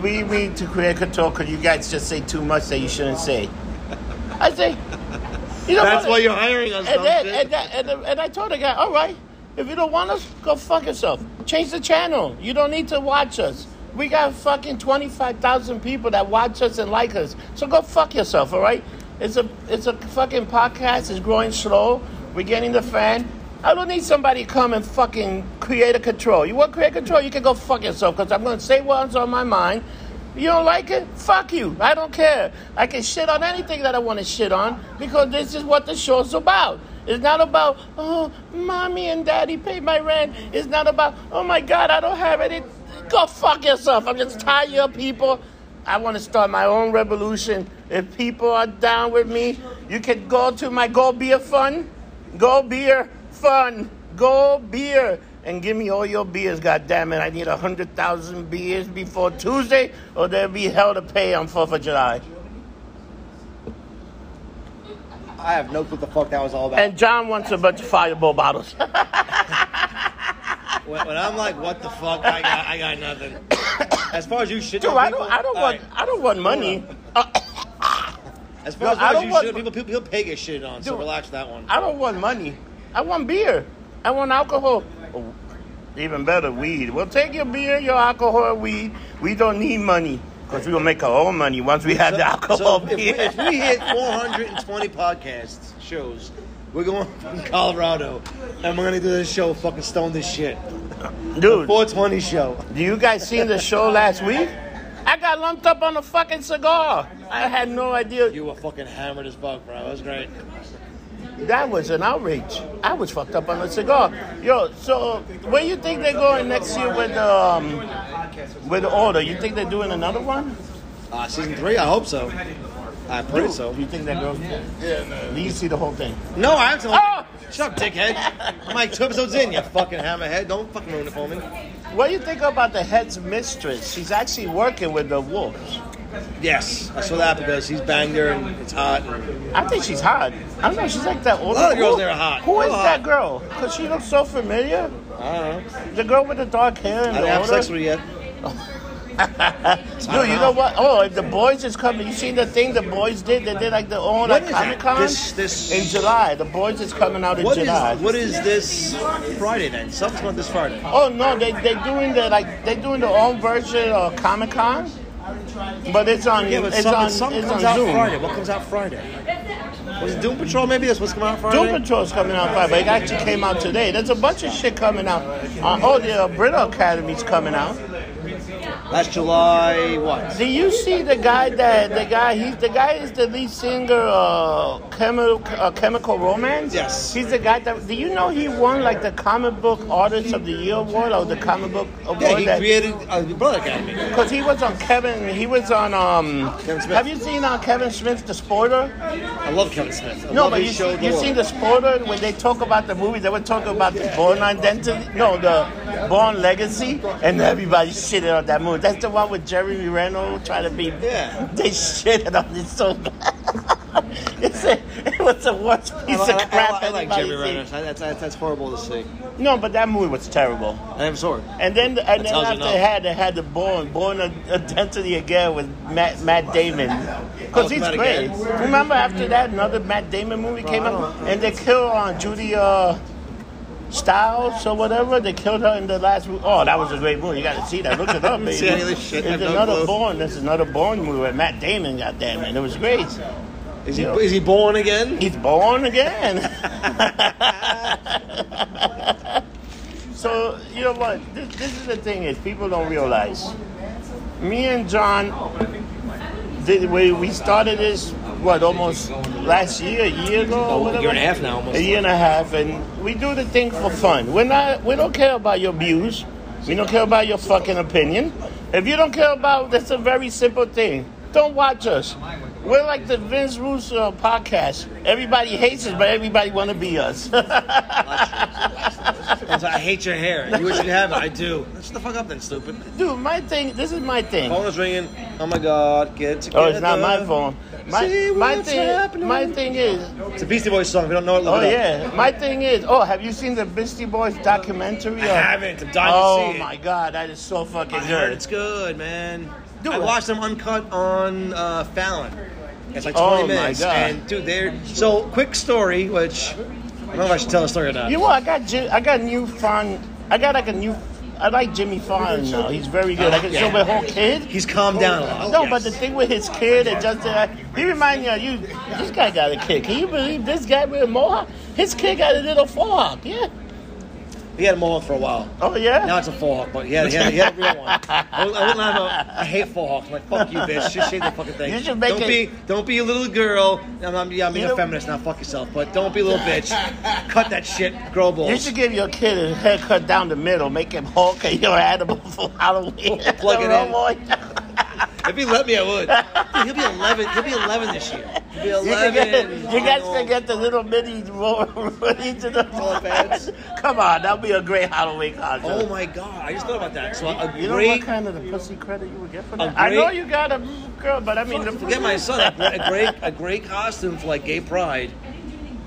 [SPEAKER 1] we need to create control," because you guys just say too much that you shouldn't say. I say, you know,
[SPEAKER 2] That's
[SPEAKER 1] what?
[SPEAKER 2] why you're hiring us.
[SPEAKER 1] uh,
[SPEAKER 2] dumb
[SPEAKER 1] And then,
[SPEAKER 2] shit.
[SPEAKER 1] and, that, and, and I told the guy, all right, if you don't want us, go fuck yourself. Change the channel. You don't need to watch us. We got fucking 25,000 people that watch us and like us. So go fuck yourself, all right? It's a, it's a fucking podcast. It's growing slow. We're getting the fan. I don't need somebody to come and fucking create a control. You want create control? You can go fuck yourself because I'm going to say what's on my mind. You don't like it? Fuck you. I don't care. I can shit on anything that I want to shit on because this is what the show's about. It's not about, oh, mommy and daddy pay my rent. It's not about, oh my God, I don't have any. Go fuck yourself. I'm just tired of people. I want to start my own revolution. If people are down with me, you can go to my Go Beer Fund. Go Beer Fund. Go Beer. And give me all your beers, God damn it! I need 100,000 beers before Tuesday, or there'll be hell to pay on 4th of July.
[SPEAKER 2] I have no clue what the fuck that was all about.
[SPEAKER 1] And John wants a bunch of fireball bottles.
[SPEAKER 2] when, when I'm like, what the fuck? I got, I got nothing. As far as you shit,
[SPEAKER 1] Dude,
[SPEAKER 2] on
[SPEAKER 1] I
[SPEAKER 2] people,
[SPEAKER 1] don't, I don't
[SPEAKER 2] all
[SPEAKER 1] want,
[SPEAKER 2] right.
[SPEAKER 1] I don't want money.
[SPEAKER 2] As far
[SPEAKER 1] No, I
[SPEAKER 2] as,
[SPEAKER 1] don't
[SPEAKER 2] you
[SPEAKER 1] want-
[SPEAKER 2] should, people, people, people pay get shit on, so
[SPEAKER 1] Dude.
[SPEAKER 2] relax that one.
[SPEAKER 1] I don't want money. I want beer. I want alcohol. Oh, Even better, weed. Well, take your beer, your alcohol, weed. We don't need money because we will make our own money once we have the alcohol.
[SPEAKER 2] so if, we,
[SPEAKER 1] beer.
[SPEAKER 2] if we hit 420 podcasts shows, we're going from Colorado, and we're gonna do this show fucking stone this shit.
[SPEAKER 1] Dude,
[SPEAKER 2] 420 show.
[SPEAKER 1] do you guys seen the show last week? I got lumped up on a fucking cigar. I had no idea.
[SPEAKER 2] You were fucking hammered as fuck, bro. That was great.
[SPEAKER 1] That was an outrage. I was fucked up on a cigar. Yo, so where you think they're going next year with um with the order? You think they're doing another one?
[SPEAKER 2] Uh, season three, I hope so. I pray so.
[SPEAKER 1] You think they're going? Yeah, no. Do you see the whole thing?
[SPEAKER 2] No, I have to.
[SPEAKER 1] Ah!
[SPEAKER 2] Shut up, dickhead. I'm like two episodes in, you fucking hammerhead. Don't fucking ruin it for me.
[SPEAKER 1] What do you think about the head's mistress? She's actually working with the wolves.
[SPEAKER 2] Yes, I saw that because he's banged her and it's hot. And
[SPEAKER 1] I think she's hot. I don't know. She's like that older
[SPEAKER 2] lot of girls
[SPEAKER 1] who-
[SPEAKER 2] there are hot.
[SPEAKER 1] Who is
[SPEAKER 2] They're
[SPEAKER 1] that
[SPEAKER 2] hot.
[SPEAKER 1] girl? Cause she looks so familiar.
[SPEAKER 2] I don't know.
[SPEAKER 1] The girl with the dark hair and
[SPEAKER 2] I
[SPEAKER 1] the
[SPEAKER 2] didn't have
[SPEAKER 1] older.
[SPEAKER 2] sex with her yet.
[SPEAKER 1] Dude, you know what? Oh, if the boys is coming. You seen the thing the boys did? They did like their own like,
[SPEAKER 2] What is that?
[SPEAKER 1] Comic Con
[SPEAKER 2] This- this-
[SPEAKER 1] in July. The boys is coming out in
[SPEAKER 2] What is
[SPEAKER 1] July.
[SPEAKER 2] what is this Friday then? Subsequent this Friday.
[SPEAKER 1] Oh no, they they doing the like they doing their own version of Comic Con, but it's on
[SPEAKER 2] Yeah, but
[SPEAKER 1] it's
[SPEAKER 2] some,
[SPEAKER 1] on
[SPEAKER 2] some
[SPEAKER 1] it's
[SPEAKER 2] comes
[SPEAKER 1] on
[SPEAKER 2] out
[SPEAKER 1] Zoom.
[SPEAKER 2] Friday. What comes out Friday? Was it Doom Patrol? Maybe that's what's coming out Friday.
[SPEAKER 1] Doom Patrol's coming out Friday, but it actually came out today. There's a bunch of shit coming out. Uh, oh, the uh, Brita Academy's coming out.
[SPEAKER 2] That's July what?
[SPEAKER 1] Did you see the guy that the guy he's the guy is the lead singer uh, chemical uh, Chemical Romance?
[SPEAKER 2] Yes.
[SPEAKER 1] He's the guy that. Do you know he won like the comic book artist of the year award or the comic book award?
[SPEAKER 2] Yeah, he
[SPEAKER 1] that-
[SPEAKER 2] Oh, created uh, the Brother Academy.
[SPEAKER 1] Because he was on Kevin, he was on. Um,
[SPEAKER 2] Kevin Smith.
[SPEAKER 1] have you seen on Kevin Smith the Sporter?
[SPEAKER 2] I love Kevin Smith. I
[SPEAKER 1] No,
[SPEAKER 2] love
[SPEAKER 1] but
[SPEAKER 2] his
[SPEAKER 1] you
[SPEAKER 2] show
[SPEAKER 1] see, you
[SPEAKER 2] Glow.
[SPEAKER 1] seen the Sporter when they talk about the movies, they were talking about the Born Identity, no, the Born Legacy, and everybody shitted on that movie. That's the one with Jeremy Reynolds trying to be.
[SPEAKER 2] Yeah.
[SPEAKER 1] They shitted on it so bad. it's a, it was the worst piece
[SPEAKER 2] I, I,
[SPEAKER 1] of crap.
[SPEAKER 2] I, I like
[SPEAKER 1] anybody
[SPEAKER 2] Jeremy
[SPEAKER 1] seen.
[SPEAKER 2] Renner. That's, that's that's horrible to see.
[SPEAKER 1] No, but that movie was terrible.
[SPEAKER 2] I am sorry.
[SPEAKER 1] And then, and then
[SPEAKER 2] tells you
[SPEAKER 1] after
[SPEAKER 2] enough.
[SPEAKER 1] they had, they had the Born Born Identity again with Matt Matt Damon,
[SPEAKER 2] Oh,
[SPEAKER 1] because he's
[SPEAKER 2] Matt
[SPEAKER 1] great.
[SPEAKER 2] again.
[SPEAKER 1] Remember after that, another Matt Damon movie came
[SPEAKER 2] I
[SPEAKER 1] out, and they killed on Judy uh, Styles or whatever. They killed her in the last movie. Oh, that was a great movie. You got to see that. Look it up, baby.
[SPEAKER 2] See any of this shit? I have
[SPEAKER 1] It's
[SPEAKER 2] no
[SPEAKER 1] another
[SPEAKER 2] clue.
[SPEAKER 1] Born. That's another Born movie with Matt Damon. God damn it, it was great.
[SPEAKER 2] Is he is he born again?
[SPEAKER 1] He's born again. so you know what? This, this is the thing is people don't realize. Me and John, did, we we started this what almost last year, a year ago, or
[SPEAKER 2] Oh, A
[SPEAKER 1] whatever.
[SPEAKER 2] year and a half now, almost.
[SPEAKER 1] A year and a half, and we do the thing for fun. We're not. We don't care about your views. We don't care about your fucking opinion. If you don't care about, that's a very simple thing. Don't watch us. We're like the Vince Russo podcast. Everybody hates us, but everybody want to be us.
[SPEAKER 2] It's like, I hate your hair. You wish you could have it. I do. Shut the fuck up then, stupid.
[SPEAKER 1] Dude, my thing. This is my thing.
[SPEAKER 2] Phone is ringing. Oh my god, get together.
[SPEAKER 1] Oh, it's not my phone. My
[SPEAKER 2] See
[SPEAKER 1] my
[SPEAKER 2] what's
[SPEAKER 1] thing.
[SPEAKER 2] happening.
[SPEAKER 1] My thing is.
[SPEAKER 2] It's a Beastie Boys song. If you don't know it, look
[SPEAKER 1] Oh
[SPEAKER 2] it up.
[SPEAKER 1] yeah. My thing is. Oh, have you seen the Beastie Boys documentary?
[SPEAKER 2] I haven't. I'm dying
[SPEAKER 1] Oh
[SPEAKER 2] to see it.
[SPEAKER 1] my god, that is so fucking
[SPEAKER 2] I heard
[SPEAKER 1] good.
[SPEAKER 2] it's good, man.
[SPEAKER 1] Do
[SPEAKER 2] I
[SPEAKER 1] it.
[SPEAKER 2] watched them uncut on uh, Fallon. It's like 20
[SPEAKER 1] Oh, my
[SPEAKER 2] minutes.
[SPEAKER 1] God.
[SPEAKER 2] And dude, they're so quick story, which I don't know if I should tell a story or not.
[SPEAKER 1] You know, what? I got Jim, I got new fun. I got like a new. I like Jimmy Fallon now. He's very good.
[SPEAKER 2] Oh,
[SPEAKER 1] I can show my whole kid.
[SPEAKER 2] He's calmed down a lot.
[SPEAKER 1] No, but the thing with his kid and just uh, he remind me of you. This guy got a kid. Can you believe this guy with a mohawk? His kid got a little forearm. Yeah.
[SPEAKER 2] he had a mohawk for a while.
[SPEAKER 1] Oh yeah.
[SPEAKER 2] Now it's a full hawk, but yeah, yeah, yeah, real one. I wouldn't I wouldn't have a. I hate full hawk. I'm like, fuck you, bitch. Just shave the fucking thing.
[SPEAKER 1] You should make
[SPEAKER 2] don't
[SPEAKER 1] it-
[SPEAKER 2] be, don't be a little girl. I'm, I'm, yeah, I'm being
[SPEAKER 1] You
[SPEAKER 2] a
[SPEAKER 1] know-
[SPEAKER 2] feminist now. Fuck yourself, but don't be a little bitch. Cut that shit. Grow balls.
[SPEAKER 1] You should give your kid a haircut down the middle, make him Hulk and your animal for Halloween.
[SPEAKER 2] Plug it in.
[SPEAKER 1] Boy.
[SPEAKER 2] If he let me, I would. Dude, he'll be 11. He'll be 11 this year. He'll be
[SPEAKER 1] You, can
[SPEAKER 2] 11.
[SPEAKER 1] get, you guys
[SPEAKER 2] Oh,
[SPEAKER 1] can get the little mini roll into
[SPEAKER 2] Roll pads.
[SPEAKER 1] the Come on, that'll be a great Halloween costume.
[SPEAKER 2] Oh my god! I just thought about that. So a
[SPEAKER 1] You know
[SPEAKER 2] great.
[SPEAKER 1] what kind of the pussy credit you would get for
[SPEAKER 2] A
[SPEAKER 1] that? I know
[SPEAKER 2] great-
[SPEAKER 1] you got a girl, but I mean, the
[SPEAKER 2] Forget my son. A great, a great, a great costume for like gay pride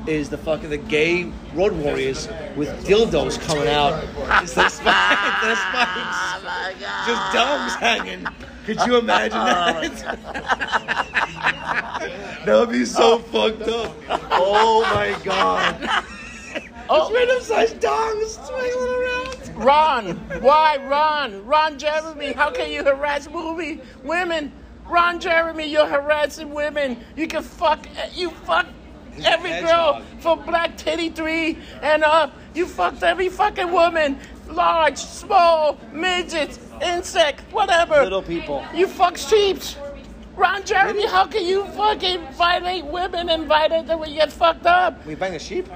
[SPEAKER 2] is the fucking the gay road warriors with dildos coming out. It's the spikes. The spikes.
[SPEAKER 1] Oh my God.
[SPEAKER 2] Just dogs hanging. Could you imagine that? that would be so fucked up. Oh my god. Just
[SPEAKER 1] Oh,
[SPEAKER 2] random sized dogs swinging around.
[SPEAKER 1] Ron, why Ron? Ron Jeremy, how can you harass movie women? Ron Jeremy, you're harassing women. You can fuck, you fuck every girl
[SPEAKER 2] hedgehog.
[SPEAKER 1] from Black Titty 3 and up. You fucked every fucking woman. Large, small, midgets, insect, whatever.
[SPEAKER 2] Little people.
[SPEAKER 1] You fuck sheeps. Ron Jeremy, how can you fucking violate women and violate them when you get fucked up?
[SPEAKER 2] We bang a sheep?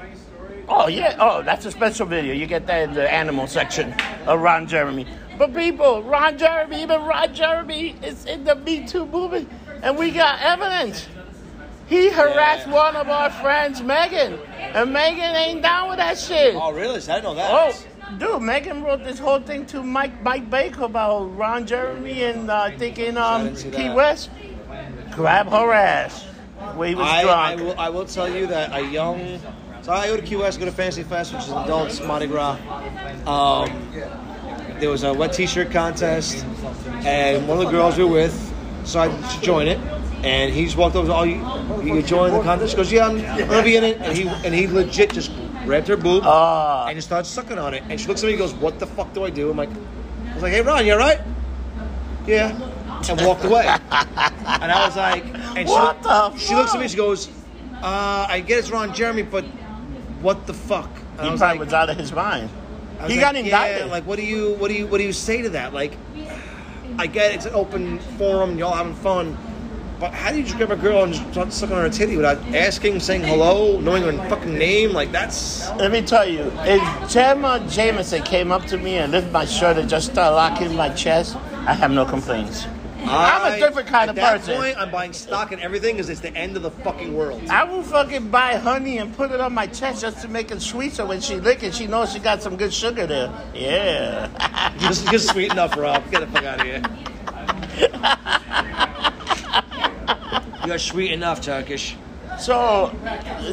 [SPEAKER 1] Oh, yeah. Oh, that's a special video. You get that in the animal section of Ron Jeremy. But people, Ron Jeremy, even Ron Jeremy is in the Me Too movement, and we got evidence. He harassed
[SPEAKER 2] Yeah.
[SPEAKER 1] one of our friends, Megan, and Megan ain't down with that shit.
[SPEAKER 2] Oh, really? I didn't know that.
[SPEAKER 1] Oh, dude, Megan wrote this whole thing to Mike Mike Baker about Ron Jeremy and uh, I think in um,
[SPEAKER 2] didn't see
[SPEAKER 1] Key
[SPEAKER 2] that.
[SPEAKER 1] West. Grab her ass. We was
[SPEAKER 2] I, I,
[SPEAKER 1] drunk.
[SPEAKER 2] will, I will tell you that a young. So I go to Key West, go to Fantasy Fest, which is adults, Mardi Gras. Um, there was a wet t shirt contest, and one of the girls we were with decided to join it. And he just walked over to all you, you join the contest? She goes, Yeah, I'm I'm gonna be in it. And he, and he legit just grabbed her boob
[SPEAKER 1] Ah.
[SPEAKER 2] and just started sucking on it. And she looks at me and goes, What the fuck do I do? I'm like, I was like, Hey, Ron, you alright? Yeah. And walked away. and I was like, and she,
[SPEAKER 1] What the
[SPEAKER 2] she looks at
[SPEAKER 1] fuck?
[SPEAKER 2] me, she goes, uh, I get it's Ron Jeremy, but what the fuck? And
[SPEAKER 1] he
[SPEAKER 2] I was
[SPEAKER 1] probably
[SPEAKER 2] like,
[SPEAKER 1] was out of his mind.
[SPEAKER 2] I was
[SPEAKER 1] He
[SPEAKER 2] like,
[SPEAKER 1] got
[SPEAKER 2] yeah,
[SPEAKER 1] indicted.
[SPEAKER 2] Like, what do you, what do you, what do you say to that? Like, I get it's an open forum, y'all having fun, but how do you just grab a girl and just start sucking on her titty without asking, saying hello, knowing her fucking name? Like, that's
[SPEAKER 1] Let me tell you, if Gemma Jameson came up to me and lifted my shirt and just started locking my chest, I have no complaints. I, am a different kind
[SPEAKER 2] at
[SPEAKER 1] of
[SPEAKER 2] that
[SPEAKER 1] person.
[SPEAKER 2] point, I'm buying stock and everything because it's the end of the fucking world.
[SPEAKER 1] I will fucking buy honey and put it on my chest just to make it sweet so when she lick it, she knows she got some good sugar there. Yeah.
[SPEAKER 2] Just, just sweet enough, Rob. Get the fuck out of here. You're sweet enough, Turkish.
[SPEAKER 1] So,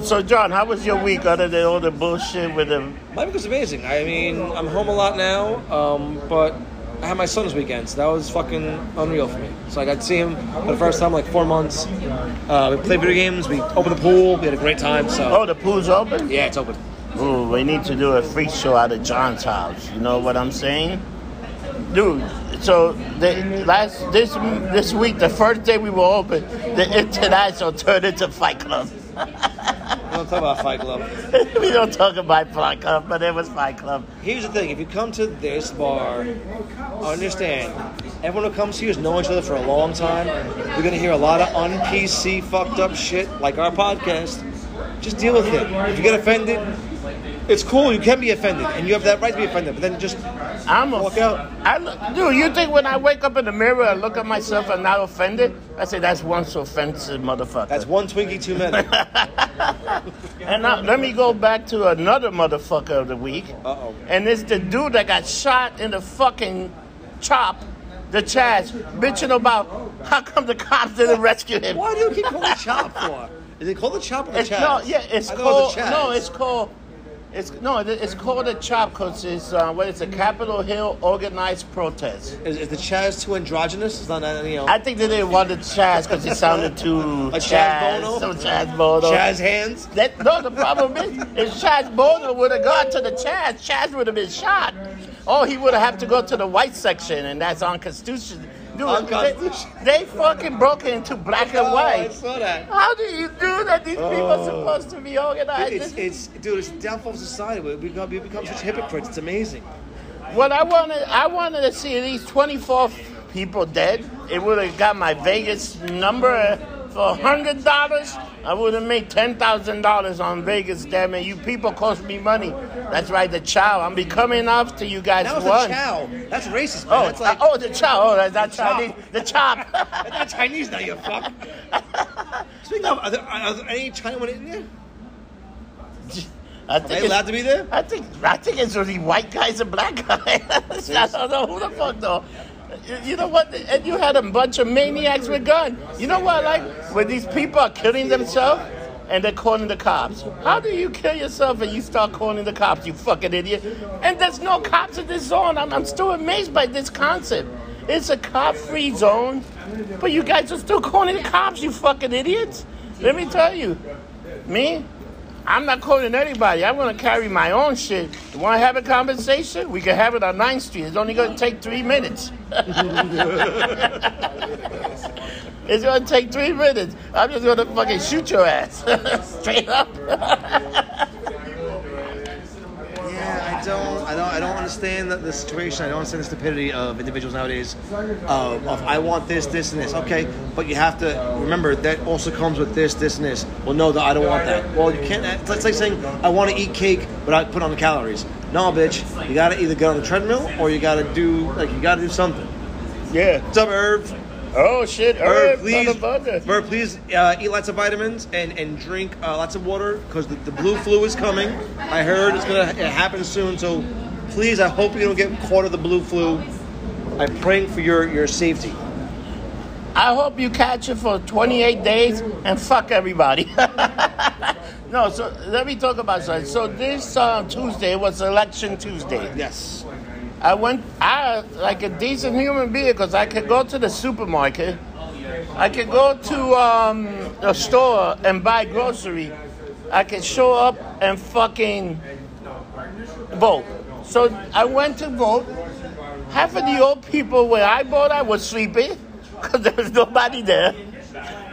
[SPEAKER 1] so John, how was your week other than all the bullshit with the?
[SPEAKER 2] My week was amazing. I mean, I'm home a lot now, um, but I had my son this weekend, so that was fucking unreal for me. So I got to see him for the first time in like four months. Uh, we played video games, we opened the pool, we had a great time, so.
[SPEAKER 1] Oh, the pool's open.
[SPEAKER 2] Yeah, it's open.
[SPEAKER 1] Ooh, we need to do a freak show out of John's house. You know what I'm saying, dude? So the last this this week, the first day we were open, the international turned into Fight Club.
[SPEAKER 2] We're gonna talk about Fight Club.
[SPEAKER 1] we don't talk about Fight Club, but it was Fight Club.
[SPEAKER 2] Here's the thing: if you come to this bar, understand everyone who comes here has known each other for a long time. You're gonna hear a lot of un-PC, fucked up shit like our podcast. Just deal with it. If you get offended, It's cool. You can be offended, and you have that right to be offended. But then just
[SPEAKER 1] I'm a,
[SPEAKER 2] Walk out.
[SPEAKER 1] I look, dude, you think when I wake up in the mirror and look at myself, I'm not offended? I say that's once offensive, motherfucker.
[SPEAKER 2] that's one Twinkie too many. Uh
[SPEAKER 1] And now, let me go back to another motherfucker of the week.
[SPEAKER 2] oh.
[SPEAKER 1] And it's the dude that got shot in the fucking chop, the Chaz, bitching about how come the cops didn't rescue him.
[SPEAKER 2] Why do you keep calling it chop for? Is it called a chop or a
[SPEAKER 1] It's
[SPEAKER 2] chaz?
[SPEAKER 1] called, yeah, it's
[SPEAKER 2] I thought
[SPEAKER 1] called,
[SPEAKER 2] it was a chaz.
[SPEAKER 1] no, it's called, it's no, it- it's called a chop because it's uh, what it's a Capitol Hill organized protest.
[SPEAKER 2] Is, is the chaz too androgynous? It's not any else.
[SPEAKER 1] I think they didn't want the Chaz because it sounded too
[SPEAKER 2] A Chaz Bono?
[SPEAKER 1] Some Chaz Bono.
[SPEAKER 2] Chaz hands.
[SPEAKER 1] That, no, the problem is, if Chaz Boner would have gone to the Chaz, Chaz would have been shot. Or he would have had to go to the white section, and that's unconstitutional. Dude, they,
[SPEAKER 2] Unconstitutional.
[SPEAKER 1] they fucking broke it into black and
[SPEAKER 2] Oh, I
[SPEAKER 1] white.
[SPEAKER 2] saw that.
[SPEAKER 1] How do you do that? These people are
[SPEAKER 2] Oh.
[SPEAKER 1] supposed to be organized.
[SPEAKER 2] It's, it's dude. It's the downfall of society. We become, we become such hypocrites. It's amazing.
[SPEAKER 1] What I wanted, I wanted to see at least 24 people dead. It would have got my Vegas number for hundred dollars. I would have made ten thousand dollars on Vegas. Damn it, you people cost me money. That's right, the chow. I'm becoming up to you guys.
[SPEAKER 2] That was
[SPEAKER 1] one.
[SPEAKER 2] a chow. That's racist. Man.
[SPEAKER 1] Oh,
[SPEAKER 2] that's like
[SPEAKER 1] uh, oh, the chow. Oh, that's not
[SPEAKER 2] The chow.
[SPEAKER 1] Chinese. The chop.
[SPEAKER 2] that's not Chinese now. You fuck. Speaking of, are there, are there any Chinamen in there?
[SPEAKER 1] I
[SPEAKER 2] Are
[SPEAKER 1] think
[SPEAKER 2] they allowed
[SPEAKER 1] it's,
[SPEAKER 2] to be there?
[SPEAKER 1] I think I think it's only white guys and black guys. I don't know who the fuck though. You- You know what? And you had a bunch of maniacs with guns. You know what I like? When these people are killing themselves and they're calling the cops. How do you kill yourself and you start calling the cops, you fucking idiot? And there's no cops in this zone. I'm, I'm still amazed by this concept. It's a cop free zone, but you guys are still calling the cops, you fucking idiots. Let me tell you, me, I'm not calling anybody. I'm gonna carry my own shit. You wanna have a conversation? We can have it on 9th Street. It's only gonna take three minutes. it's gonna take three minutes. I'm just gonna fucking shoot your ass. Straight up.
[SPEAKER 2] Yeah, I don't, I don't, I don't understand the, the situation. I don't understand the stupidity of individuals nowadays. Uh, of I want this, this, and this. Okay, but you have to remember that also comes with this, this, and this. Well, no, I don't want that. Well, you can't. It's like- it's like saying I want to eat cake, but I put on the calories. No, bitch, you gotta either get on the treadmill or you gotta do like you gotta do something.
[SPEAKER 1] Yeah.
[SPEAKER 2] What's up, Herb?
[SPEAKER 1] Oh shit,
[SPEAKER 2] Herb,
[SPEAKER 1] Herb,
[SPEAKER 2] please,
[SPEAKER 1] motherfucker.
[SPEAKER 2] Herb, please uh, eat lots of vitamins and and drink uh, lots of water because the, the blue flu is coming. I heard it's gonna it happen soon, so please, I hope you don't get caught with the blue flu. I'm praying for your your safety.
[SPEAKER 1] I hope you catch it for 28 days and fuck everybody. no, so let me talk about something. So this uh, Tuesday was election Tuesday.
[SPEAKER 2] Yes.
[SPEAKER 1] I went, I like a decent human being because I could go to the supermarket, I could go to um, the store and buy grocery, I could show up and fucking vote. So I went to vote. Half of the old people where I voted I was sleeping because there was nobody there.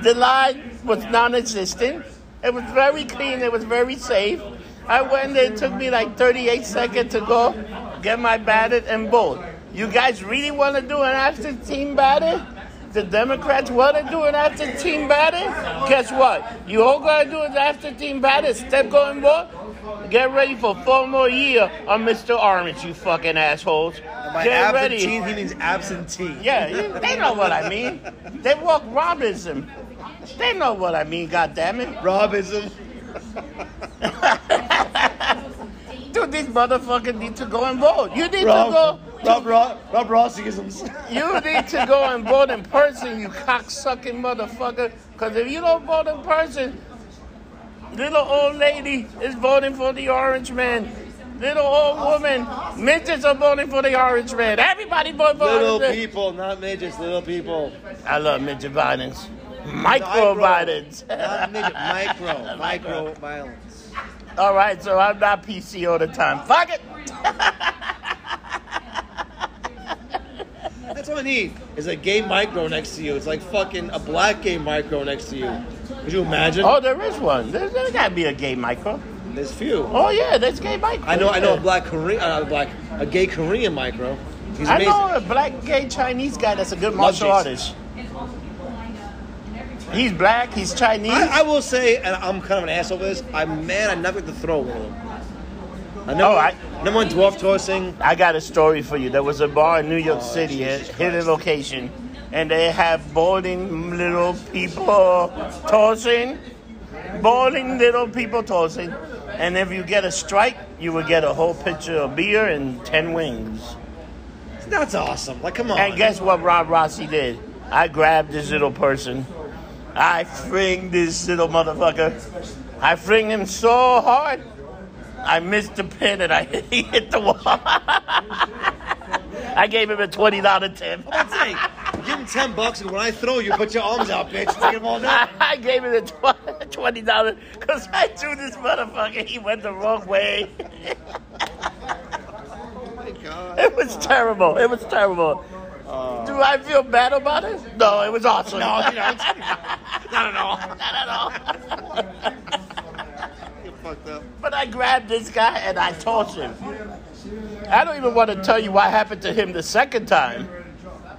[SPEAKER 1] The line was non-existent. It was very clean. It was very safe. I went there. It took me like 38 seconds to go get my ballot and vote. You guys really want to do an after-team ballot? The Democrats want to do an after-team ballot? Guess what? You all got to do is after-team ballot. Step going vote. Get ready for four more year on Mr. Orange, you fucking assholes.
[SPEAKER 2] By
[SPEAKER 1] Get ready.
[SPEAKER 2] absentee, he means absentee.
[SPEAKER 1] Yeah, you- they know what I mean. They walk Robinson. They know what I mean, God damn it,
[SPEAKER 2] Robism.
[SPEAKER 1] Dude, these motherfuckers need to go and vote. You need
[SPEAKER 2] Rob,
[SPEAKER 1] to go.
[SPEAKER 2] Rob, Rob, Rob Rossisms.
[SPEAKER 1] You need to go and vote in person, you cocksucking motherfucker. Because if you don't vote in person, little old lady is voting for the orange man. Little old woman, midgets are voting for the orange man. Everybody vote for
[SPEAKER 2] Little
[SPEAKER 1] orange man.
[SPEAKER 2] people, not midgets, little people.
[SPEAKER 1] I love midget violence. Micro violence.
[SPEAKER 2] Not midget, micro, micro violence.
[SPEAKER 1] All right, so I'm not PC all the time. Fuck it.
[SPEAKER 2] That's all I need is a gay micro next to you. It's like fucking a black gay micro next to you. Could you imagine?
[SPEAKER 1] Oh, there is one. There's, there's got to be a gay micro.
[SPEAKER 2] There's few.
[SPEAKER 1] Oh yeah, there's gay micro.
[SPEAKER 2] I know. I know a
[SPEAKER 1] yeah.
[SPEAKER 2] black Korean, uh, a black a gay Korean micro. He's
[SPEAKER 1] I
[SPEAKER 2] amazing.
[SPEAKER 1] know a black gay Chinese guy that's a good
[SPEAKER 2] Love
[SPEAKER 1] martial
[SPEAKER 2] Jason.
[SPEAKER 1] artist. He's black. He's Chinese.
[SPEAKER 2] I, I will say, and I'm kind of an asshole for this. I'm mad I never got to throw one of them. Number,
[SPEAKER 1] All right.
[SPEAKER 2] Number one, dwarf tossing.
[SPEAKER 1] I got a story for you. There was a bar in New York
[SPEAKER 2] Oh,
[SPEAKER 1] City, a
[SPEAKER 2] Jesus
[SPEAKER 1] hidden
[SPEAKER 2] Christ.
[SPEAKER 1] location, and they have balding little people tossing, balding little people tossing, and if you get a strike, you would get a whole pitcher of beer and ten wings.
[SPEAKER 2] That's awesome. Like, come on.
[SPEAKER 1] And guess what Rob Rossi did? I grabbed this little person. I fringed this little motherfucker. I fringed him so hard, I missed the pin and I he hit the wall. I gave him a twenty dollar tip.
[SPEAKER 2] That's it. Give him ten bucks, and when I throw you, put your arms out, bitch. and Take them all down.
[SPEAKER 1] I gave him a tw- twenty dollar because I threw this motherfucker. He went the wrong way.
[SPEAKER 2] Oh my God.
[SPEAKER 1] It was terrible. It was terrible. Do I feel bad about it? No, it was awesome.
[SPEAKER 2] No, you know, it's- not at all.
[SPEAKER 1] not at all.
[SPEAKER 2] You're fucked up.
[SPEAKER 1] But I grabbed this guy and I tossed him. I don't even want to tell you what happened to him the second time.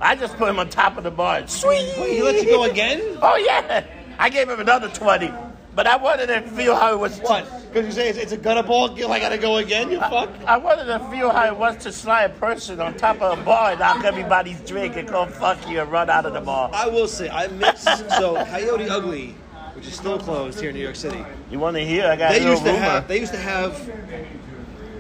[SPEAKER 1] I just put him on top of the bar. and Sweet.
[SPEAKER 2] Wait, he let you go again?
[SPEAKER 1] Oh yeah. I gave him another twenty, but I wanted to feel how it was.
[SPEAKER 2] What? Because you say it's, it's a gutter ball. you- I gotta go again. You fuck.
[SPEAKER 1] I wanted to feel how it was to slide a person on top of a bar and knock everybody's drink and go fuck you and run out of the bar.
[SPEAKER 2] I will say I miss so Coyote Ugly, which is still closed here in New York City.
[SPEAKER 1] You want to hear? I got a
[SPEAKER 2] They
[SPEAKER 1] little
[SPEAKER 2] used to
[SPEAKER 1] rumor.
[SPEAKER 2] have. They used to have.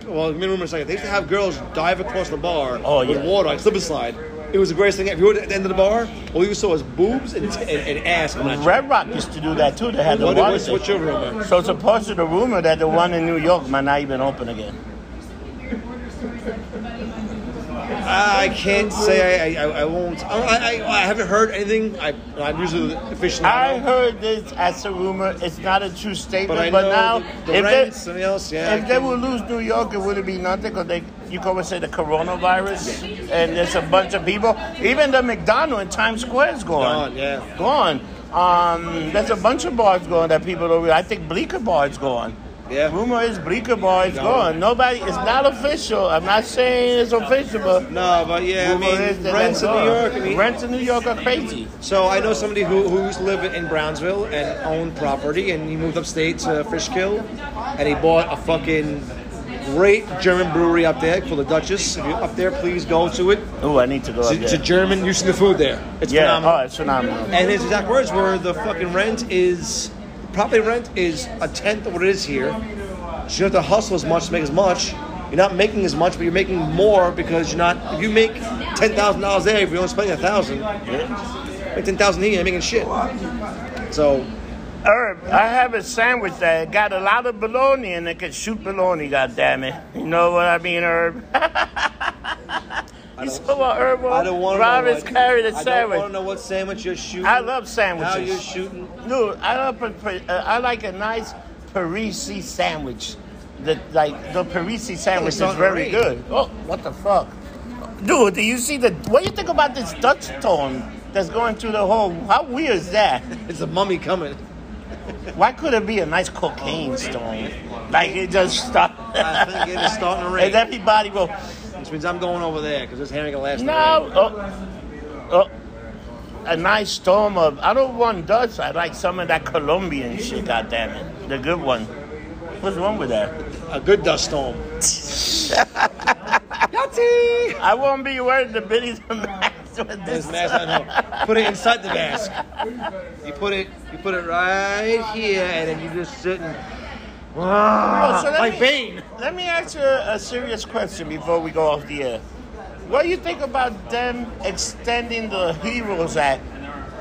[SPEAKER 2] Well, me rumor second. They used to have girls dive across the bar
[SPEAKER 1] Oh,
[SPEAKER 2] with
[SPEAKER 1] yeah.
[SPEAKER 2] water, like slip and slide. It was the greatest thing. If you were at the end of the bar, all you saw was boobs and, and, and ass. I'm not sure.
[SPEAKER 1] Red Rock used to do that too. They had the
[SPEAKER 2] What,
[SPEAKER 1] water.
[SPEAKER 2] what's, what's your rumor?
[SPEAKER 1] So supposed to the rumor that the one in New York might not even open again.
[SPEAKER 2] I can't say. I, I, I won't. I, I, I haven't heard anything. I, I'm usually officially.
[SPEAKER 1] I heard this as a rumor. It's not a true
[SPEAKER 2] but
[SPEAKER 1] statement.
[SPEAKER 2] I
[SPEAKER 1] But,
[SPEAKER 2] know
[SPEAKER 1] now,
[SPEAKER 2] the, the
[SPEAKER 1] if
[SPEAKER 2] rents,
[SPEAKER 1] they,
[SPEAKER 2] something else. Yeah. I
[SPEAKER 1] if they
[SPEAKER 2] can't-
[SPEAKER 1] would lose New York, it wouldn't be nothing because they you can always say the coronavirus and there's a bunch of people. Even the McDonald's in Times Square is gone.
[SPEAKER 2] Gone, yeah.
[SPEAKER 1] Gone. Um, there's a bunch of bars going that people don't. Realize. I think Bleecker Bar is gone.
[SPEAKER 2] Yeah.
[SPEAKER 1] Rumor is Bleecker Bar is gone. Nobody. It's not official. I'm not saying it's official, but.
[SPEAKER 2] no, but yeah. I
[SPEAKER 1] rumor is
[SPEAKER 2] mean,
[SPEAKER 1] that
[SPEAKER 2] rents
[SPEAKER 1] that's
[SPEAKER 2] in New
[SPEAKER 1] gone.
[SPEAKER 2] York. I mean,
[SPEAKER 1] rents in New York are crazy.
[SPEAKER 2] So I know somebody who, who used to live in Brownsville and owned property, and he moved upstate to Fishkill, and he bought a fucking great German brewery up there called the Duchess. If you're up there, please go to it.
[SPEAKER 1] Oh, I need to go up
[SPEAKER 2] It's, it's a
[SPEAKER 1] there.
[SPEAKER 2] German using the food there. It's
[SPEAKER 1] Yeah,
[SPEAKER 2] phenomenal.
[SPEAKER 1] oh, it's phenomenal.
[SPEAKER 2] And his exact words were the fucking rent is property rent is a tenth of what it is here. So you don't have to hustle as much to make as much. You're not making as much, but you're making more because you're not. If you make ten thousand dollars there, if you're only spending a thousand, make ten thousand here, you're making shit. So
[SPEAKER 1] Herb, I have a sandwich that got a lot of bologna and it can shoot bologna, goddammit. You know what I mean, Herb? you saw what Herb was?
[SPEAKER 2] I don't want to
[SPEAKER 1] Rob
[SPEAKER 2] know
[SPEAKER 1] is carrying a
[SPEAKER 2] I don't want to
[SPEAKER 1] sandwich.
[SPEAKER 2] know what sandwich you're shooting.
[SPEAKER 1] I love
[SPEAKER 2] how
[SPEAKER 1] sandwiches.
[SPEAKER 2] you're shooting.
[SPEAKER 1] Dude, I love pa- pa- uh, I like a nice Parisi sandwich. The like the Parisi sandwich
[SPEAKER 2] it's
[SPEAKER 1] is
[SPEAKER 2] on the
[SPEAKER 1] very
[SPEAKER 2] ring.
[SPEAKER 1] good. Oh, what the fuck, dude? Do you see the? What do you think about this Dutch storm that's going through the whole? How weird is that?
[SPEAKER 2] It's a mummy coming.
[SPEAKER 1] Why could it be a nice cocaine storm? Like it just stopped.
[SPEAKER 2] I think it is starting to rain,
[SPEAKER 1] and everybody go,
[SPEAKER 2] which means I'm going over there because this hammer gonna last. the
[SPEAKER 1] no, oh, oh, a nice storm of. I don't want Dutch. I like some of that Colombian shit. God damn it, the good one. What's wrong with that?
[SPEAKER 2] rain. a good dust storm.
[SPEAKER 1] I won't be wearing the biddies and masks with this.
[SPEAKER 2] This mask I know. Put it inside the mask. You put it you put it right here and then you just sit and
[SPEAKER 1] Oh, so let
[SPEAKER 2] like
[SPEAKER 1] me-
[SPEAKER 2] Bane.
[SPEAKER 1] Let me ask you a a serious question before we go off the air. What do you think about them extending the Heroes Act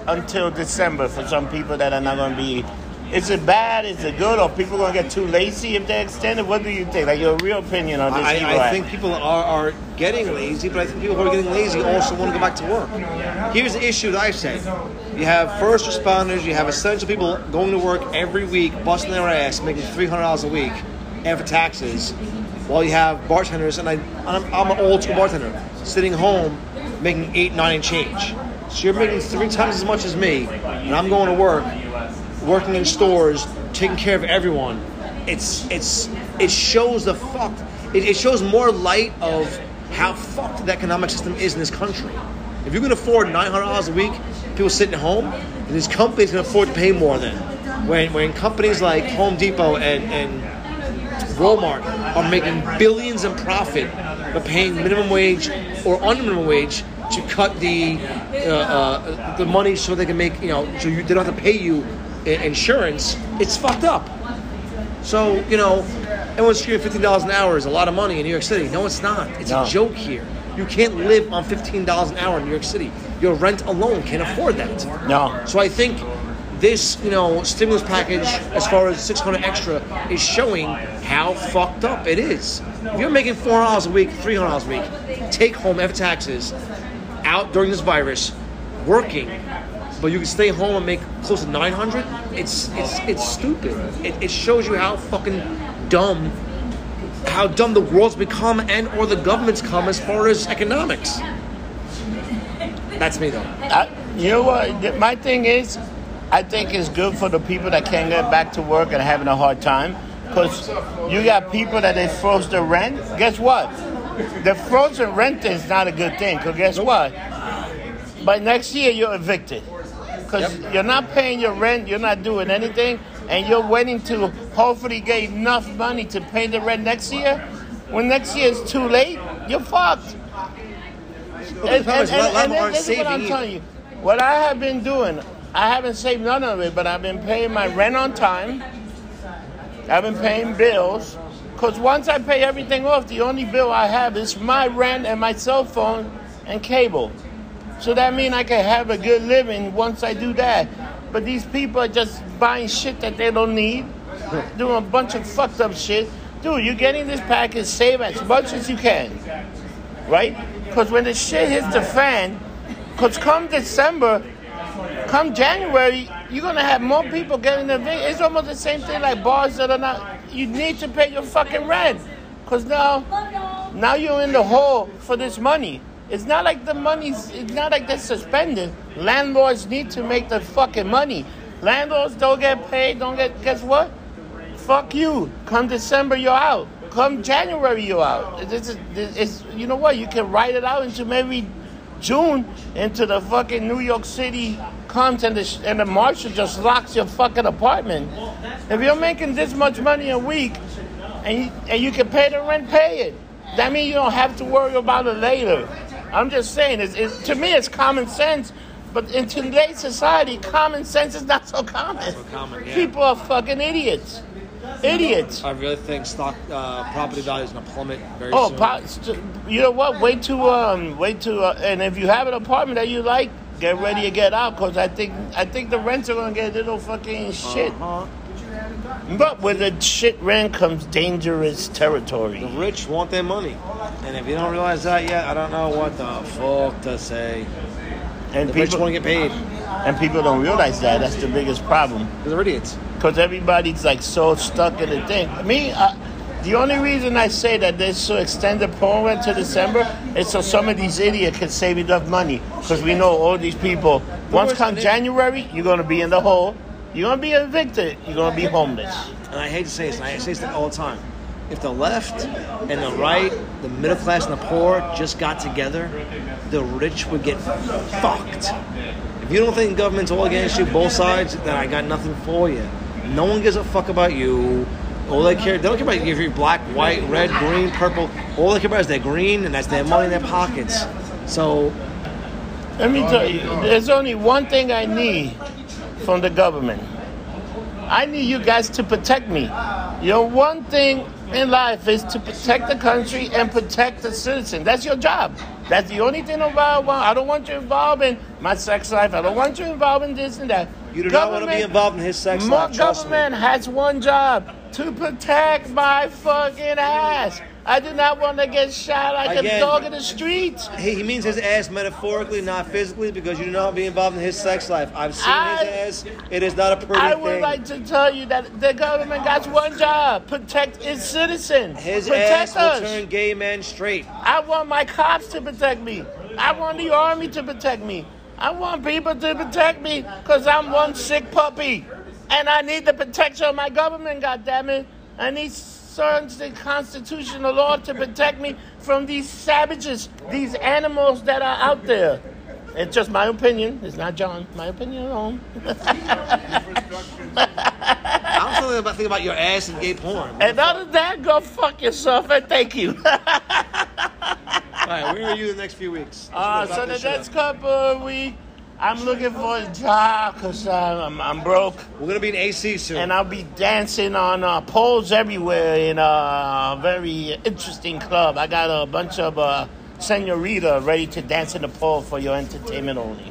[SPEAKER 1] until December for some people that are not going to be? Is it bad? Is it good? Are people going to get too lazy if they extend it? What do you think? Like your real opinion on this
[SPEAKER 2] I,
[SPEAKER 1] Hero
[SPEAKER 2] I
[SPEAKER 1] Act?
[SPEAKER 2] think people are, are getting lazy, but I think people who are getting lazy also want to go back to work. Here's the issue that I say. You have first responders, you have essential people going to work every week, busting their ass, making $300 a week after taxes, while you have bartenders, and I, I'm, I'm an old school bartender, sitting home making eight, nine and change. So you're making three times as much as me, and I'm going to work working in stores, taking care of everyone. It's it's it shows the fuck. It, it shows more light of how fucked the economic system is in this country. If you can afford nine hundred dollars a week, people sitting at home, and these companies can afford to pay more than. When when companies like Home Depot and and Walmart are making billions in profit, but paying minimum wage or under minimum wage to cut the uh, uh, the money so they can make you know so you, they don't have to pay you i- insurance. It's fucked up. So you know, everyone's screaming fifteen dollars an hour is a lot of money in New York City. No, it's not. It's
[SPEAKER 4] No.
[SPEAKER 2] a joke here. You can't live on fifteen dollars an hour in New York City. Your rent alone can't afford that.
[SPEAKER 1] No.
[SPEAKER 2] So I think this, you know, stimulus package as far as 600 extra is showing how fucked up it is. If you're making four dollars a week, three hundred dollars a week, take home after taxes, out during this virus, working, but you can stay home and make close to 900. It's it's it's stupid. It, it shows you how fucking dumb, how dumb the world's become and or the government's come as far as economics. That's me though.
[SPEAKER 1] I, you know what? th- My thing is, I think it's good for the people that can't get back to work and having a hard time. Because you got people that they froze the rent. Guess what? The frozen rent is not a good thing. Because guess what? By next year, you're evicted. Because you're not paying your rent, you're not doing anything, and you're waiting to hopefully get enough money to pay the rent next year. When next year is too late, you're fucked.
[SPEAKER 2] But the problem is, a lot- a lot of them aren't
[SPEAKER 1] this is what
[SPEAKER 2] saving
[SPEAKER 1] I'm
[SPEAKER 2] either.
[SPEAKER 1] telling you. What I have been doing, I haven't saved none of it, but I've been paying my rent on time. I've been paying bills. Because once I pay everything off, the only bill I have is my rent and my cell phone and cable. So that means I can have a good living once I do that. But these people are just buying shit that they don't need, doing a bunch of fucked up shit. Dude, you're getting this package, save as much as you can right? Because when the shit hits the fan, because come December, come January, you're gonna have more people getting evicted. It's almost the same thing like bars that are not. You need to pay your fucking rent, because now, now you're in the hole for this money. It's not like the money's. It's not like they're suspended. Landlords need to make the fucking money. Landlords don't get paid. Don't get. Guess what? Fuck you. Come December, you're out. Come January, you're out. This is, this is, you know what? You can write it out into maybe June into the fucking New York City comes and the, sh- and the marshal just locks your fucking apartment. If you're making this much money a week and you, and you can pay the rent, pay it. That means you don't have to worry about it later. I'm just saying, it's, it's, to me, it's common sense. But in today's society, common sense is not so common.
[SPEAKER 2] common, yeah.
[SPEAKER 1] People are fucking idiots. Idiots.
[SPEAKER 2] I really think stock uh, property values going to plummet very
[SPEAKER 1] Oh,
[SPEAKER 2] soon.
[SPEAKER 1] po- st- you know what? Wait to um, wait to, uh, and if you have an apartment that you like, get ready to get out because I think I think the rents are gonna get a little fucking shit.
[SPEAKER 2] Uh-huh.
[SPEAKER 1] But with the shit rent comes dangerous
[SPEAKER 2] the
[SPEAKER 1] territory.
[SPEAKER 2] rich want their money, and if you don't realize that yet, I don't know what the fuck to say.
[SPEAKER 1] And
[SPEAKER 2] The rich
[SPEAKER 1] people
[SPEAKER 2] want to get paid
[SPEAKER 1] and people don't realize that. That's the biggest problem.
[SPEAKER 2] 'cause they're idiots.
[SPEAKER 1] because everybody's like so stuck in the thing. Me, I, the only reason I say that they so extend the program to December is so some of these idiots can save enough money because we know all these people. Once
[SPEAKER 2] worst
[SPEAKER 1] come
[SPEAKER 2] thing-
[SPEAKER 1] January, you're gonna be in the hole. You're gonna be evicted. You're gonna be homeless.
[SPEAKER 2] And I hate to say this, and I say this all the time. If the left and the right, the middle class and the poor just got together, the rich would get fucked. If you don't think government's all against you, both sides, then I got nothing for you. No one gives a fuck about you. All they care, they don't care about if you're black, white, red, green, purple. All they care about is their green, and that's their money in their pockets. So
[SPEAKER 1] Let me tell you, there's only one thing I need from the government. I need you guys to protect me. Your one thing in life is to protect the country and protect the citizen. That's your job. That's the only thing about well, I don't want you involved in my sex life. I don't want you involved in this and that.
[SPEAKER 2] you do not want to be
[SPEAKER 1] Government-
[SPEAKER 2] involved in his sex
[SPEAKER 1] my
[SPEAKER 2] life. Trust me.
[SPEAKER 1] government has one job to protect my fucking ass. I do not want to get shot like
[SPEAKER 2] Again.
[SPEAKER 1] a dog in the streets.
[SPEAKER 2] He, he means his ass metaphorically, not physically, because you do not be involved in his sex life. I've seen his ass. It is not a pretty
[SPEAKER 1] I
[SPEAKER 2] thing.
[SPEAKER 1] would like to tell you that the government got one job: protect its citizens,
[SPEAKER 2] his
[SPEAKER 1] protect
[SPEAKER 2] ass
[SPEAKER 1] us.
[SPEAKER 2] will turn gay men straight.
[SPEAKER 1] I want my cops to protect me. I want the army to protect me. I want people to protect me because I'm one sick puppy, and I need the protection of my government. God damn it! I need certain constitutional law to protect me from these savages, these animals that are out there. It's just my opinion. It's not John. My opinion alone.
[SPEAKER 2] I'm only about think about your ass and gay porn. All
[SPEAKER 1] And out of that, go fuck yourself and thank you.
[SPEAKER 2] right, where are you the next few weeks?
[SPEAKER 1] Uh, so the next couple of weeks, I'm looking for a job because I'm, I'm broke.
[SPEAKER 2] We're gonna be in AC soon.
[SPEAKER 1] And I'll be dancing on uh, poles everywhere in a very interesting club. I got a bunch of uh, senorita ready to dance in the pole for your entertainment only.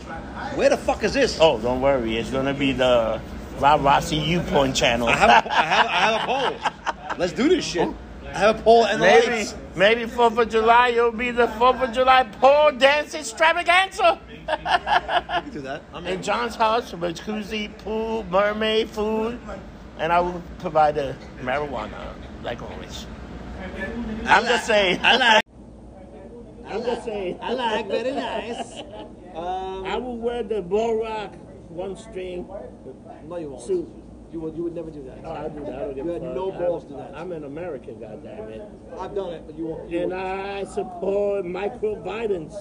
[SPEAKER 2] where the fuck is this?
[SPEAKER 1] Oh, don't worry. It's going to be the Rob Rossi U Porn channel.
[SPEAKER 2] I have, a, I have, I have a pole. Let's do this shit. I have a pole and the
[SPEAKER 1] Oh. Maybe,
[SPEAKER 2] lights.
[SPEAKER 1] maybe 4th of July, you'll be the 4th of July pole dance extravaganza.
[SPEAKER 2] I can do that. I'm
[SPEAKER 1] in
[SPEAKER 2] in.
[SPEAKER 1] John's house with jacuzzi, pool, mermaid food, and I will provide the marijuana, like always. I'm just saying. I like. I'm just saying. I like. Very nice.
[SPEAKER 2] Um,
[SPEAKER 1] I will wear the bull rock one string
[SPEAKER 2] No, you won't.
[SPEAKER 1] suit.
[SPEAKER 2] You would, you would never do that.
[SPEAKER 1] Oh, I do that. I don't give
[SPEAKER 2] You
[SPEAKER 1] a
[SPEAKER 2] had
[SPEAKER 1] fuck.
[SPEAKER 2] no
[SPEAKER 1] I'm-
[SPEAKER 2] balls to that.
[SPEAKER 1] I'm an American, goddammit.
[SPEAKER 2] I've done it, but you won't.
[SPEAKER 1] And I support microviolence.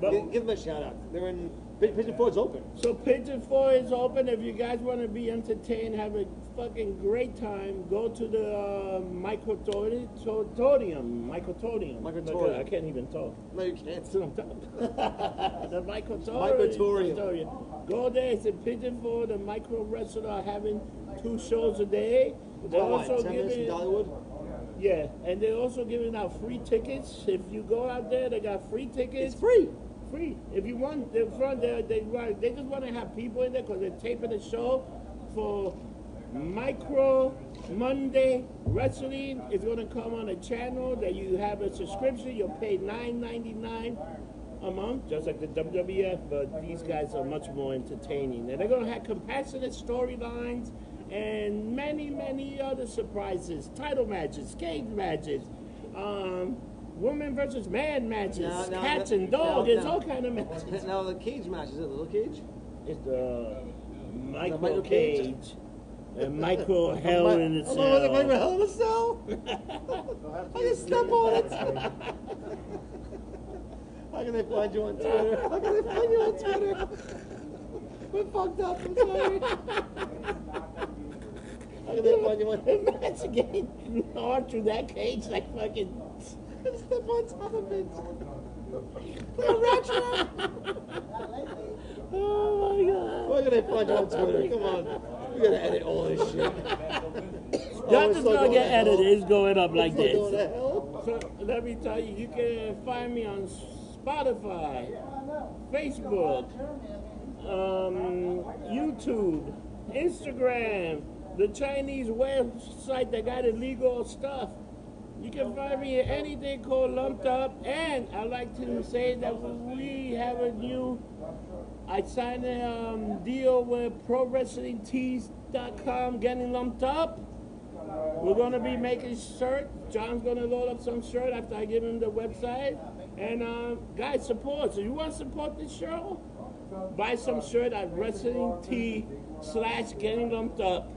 [SPEAKER 1] But
[SPEAKER 2] them a shout out. They're in Pigeon Ford's open.
[SPEAKER 1] So Pigeon Four is open. If you guys want to be entertained, have a fucking great time. Go to the uh, microtorium, microtorium.
[SPEAKER 2] Microtorium.
[SPEAKER 1] I can't even talk.
[SPEAKER 2] No, you can't.
[SPEAKER 1] That's what I'm talking about. the microtorium.
[SPEAKER 2] Microtorium.
[SPEAKER 1] microtorium. Go there. It's in Pigeon Four. The micro wrestler are having two shows a day. They're also giving yeah, and they're also giving out free tickets. If you go out there, they got free tickets.
[SPEAKER 2] It's free.
[SPEAKER 1] free. If you want, the front there, they want, they just want to have people in there because they're taping the show for Micro Monday Wrestling. It's going to come on a channel that you have a subscription. You'll pay nine ninety nine a month, just like the WWF. But these guys are much more entertaining, and they're going to have compassionate storylines and many, many other surprises, title matches, cage matches. Um, Woman versus man matches,
[SPEAKER 5] No, no,
[SPEAKER 1] cats
[SPEAKER 5] no,
[SPEAKER 1] and dogs,
[SPEAKER 5] no,
[SPEAKER 1] it's
[SPEAKER 5] no.
[SPEAKER 1] all kind of matches.
[SPEAKER 5] Now the cage match is it a little cage?
[SPEAKER 1] It's the Michael,
[SPEAKER 5] Michael
[SPEAKER 1] Cage,
[SPEAKER 5] Cage.
[SPEAKER 1] and Michael Hell in the
[SPEAKER 5] Oh, the Michael
[SPEAKER 1] Cell.
[SPEAKER 5] Hell in a Cell. I can step on it. How can they find you on Twitter? How can they find you on Twitter? We're fucked up. I'm sorry. How can they find you on?
[SPEAKER 1] Imagine getting hard through that cage like fucking.
[SPEAKER 5] Step on top of it. The retro.
[SPEAKER 1] Oh
[SPEAKER 5] How can they find you on Twitter? Come on. We gotta edit all this shit. Oh,
[SPEAKER 1] my god. That does not get edited, it's going up like
[SPEAKER 5] We're going to
[SPEAKER 1] this.
[SPEAKER 5] hell.
[SPEAKER 1] So let me tell you, you can find me on Spotify, Facebook, um, YouTube, Instagram, the Chinese website that got illegal stuff. You can find me at anything called Lumped Up, and I like to say that we have a new. I signed a um, deal with ProWrestlingTees.com, getting lumped up. We're gonna be making shirt. John's gonna load up some shirt after I give him the website. And uh, guys, support. So you want to support this show? Buy some shirt at Wrestling T slash Getting Lumped Up,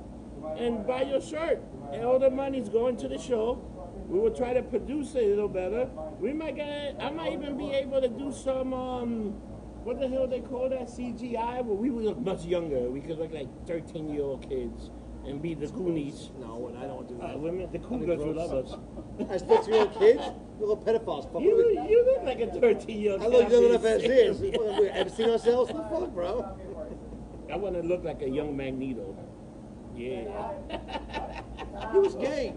[SPEAKER 1] and buy your shirt. And all the money's going to the show. We will try to produce it a little better. We might get. I might even be able to do some. Um, what the hell they call that CGI? Well, we were much younger. We could look like 13 year old kids and be the Goonies.
[SPEAKER 5] No, and I don't do that.
[SPEAKER 1] Uh, women, the cool girls will love us.
[SPEAKER 5] As six year old kids, you little pedophiles. Fuck, what
[SPEAKER 1] You,
[SPEAKER 5] are we-
[SPEAKER 1] you look like a 13 year old
[SPEAKER 5] I look young enough as is. We fucking- we haven't seen ourselves. The fuck, bro.
[SPEAKER 1] I want to look like a young Magneto. Yeah.
[SPEAKER 5] He was gay.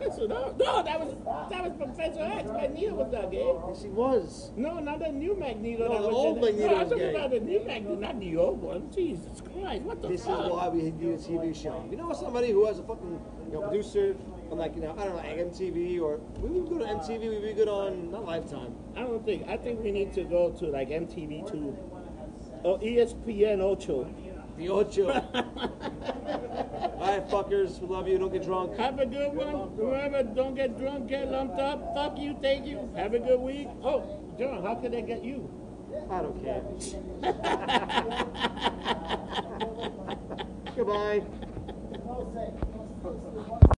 [SPEAKER 1] That's what I- no, that was that was Professor X. Magneto was not gay.
[SPEAKER 5] Yes, he was.
[SPEAKER 1] No, not the new Magneto.
[SPEAKER 5] No,
[SPEAKER 1] that
[SPEAKER 5] the
[SPEAKER 1] was
[SPEAKER 5] old
[SPEAKER 1] in
[SPEAKER 5] Magneto
[SPEAKER 1] No, I'm
[SPEAKER 5] was
[SPEAKER 1] talking
[SPEAKER 5] gay.
[SPEAKER 1] about the new Magneto, not the old one. Jesus Christ, what the
[SPEAKER 5] This is
[SPEAKER 1] fuck?
[SPEAKER 5] why we need a TV show. You know somebody who has a fucking you know producer on like you know I don't know like MTV or we would go to MTV. We'd be good on not Lifetime.
[SPEAKER 1] I don't think. I think we need to go to like MTV2 or ESPN Ocho.
[SPEAKER 5] The Ocho. All right, fuckers. We love you. Don't get drunk.
[SPEAKER 1] Have a good one. Remember, don't get drunk, get lumped up. Fuck you, thank you. Have a good week. Oh, John, how could I get you?
[SPEAKER 5] I don't care. Goodbye.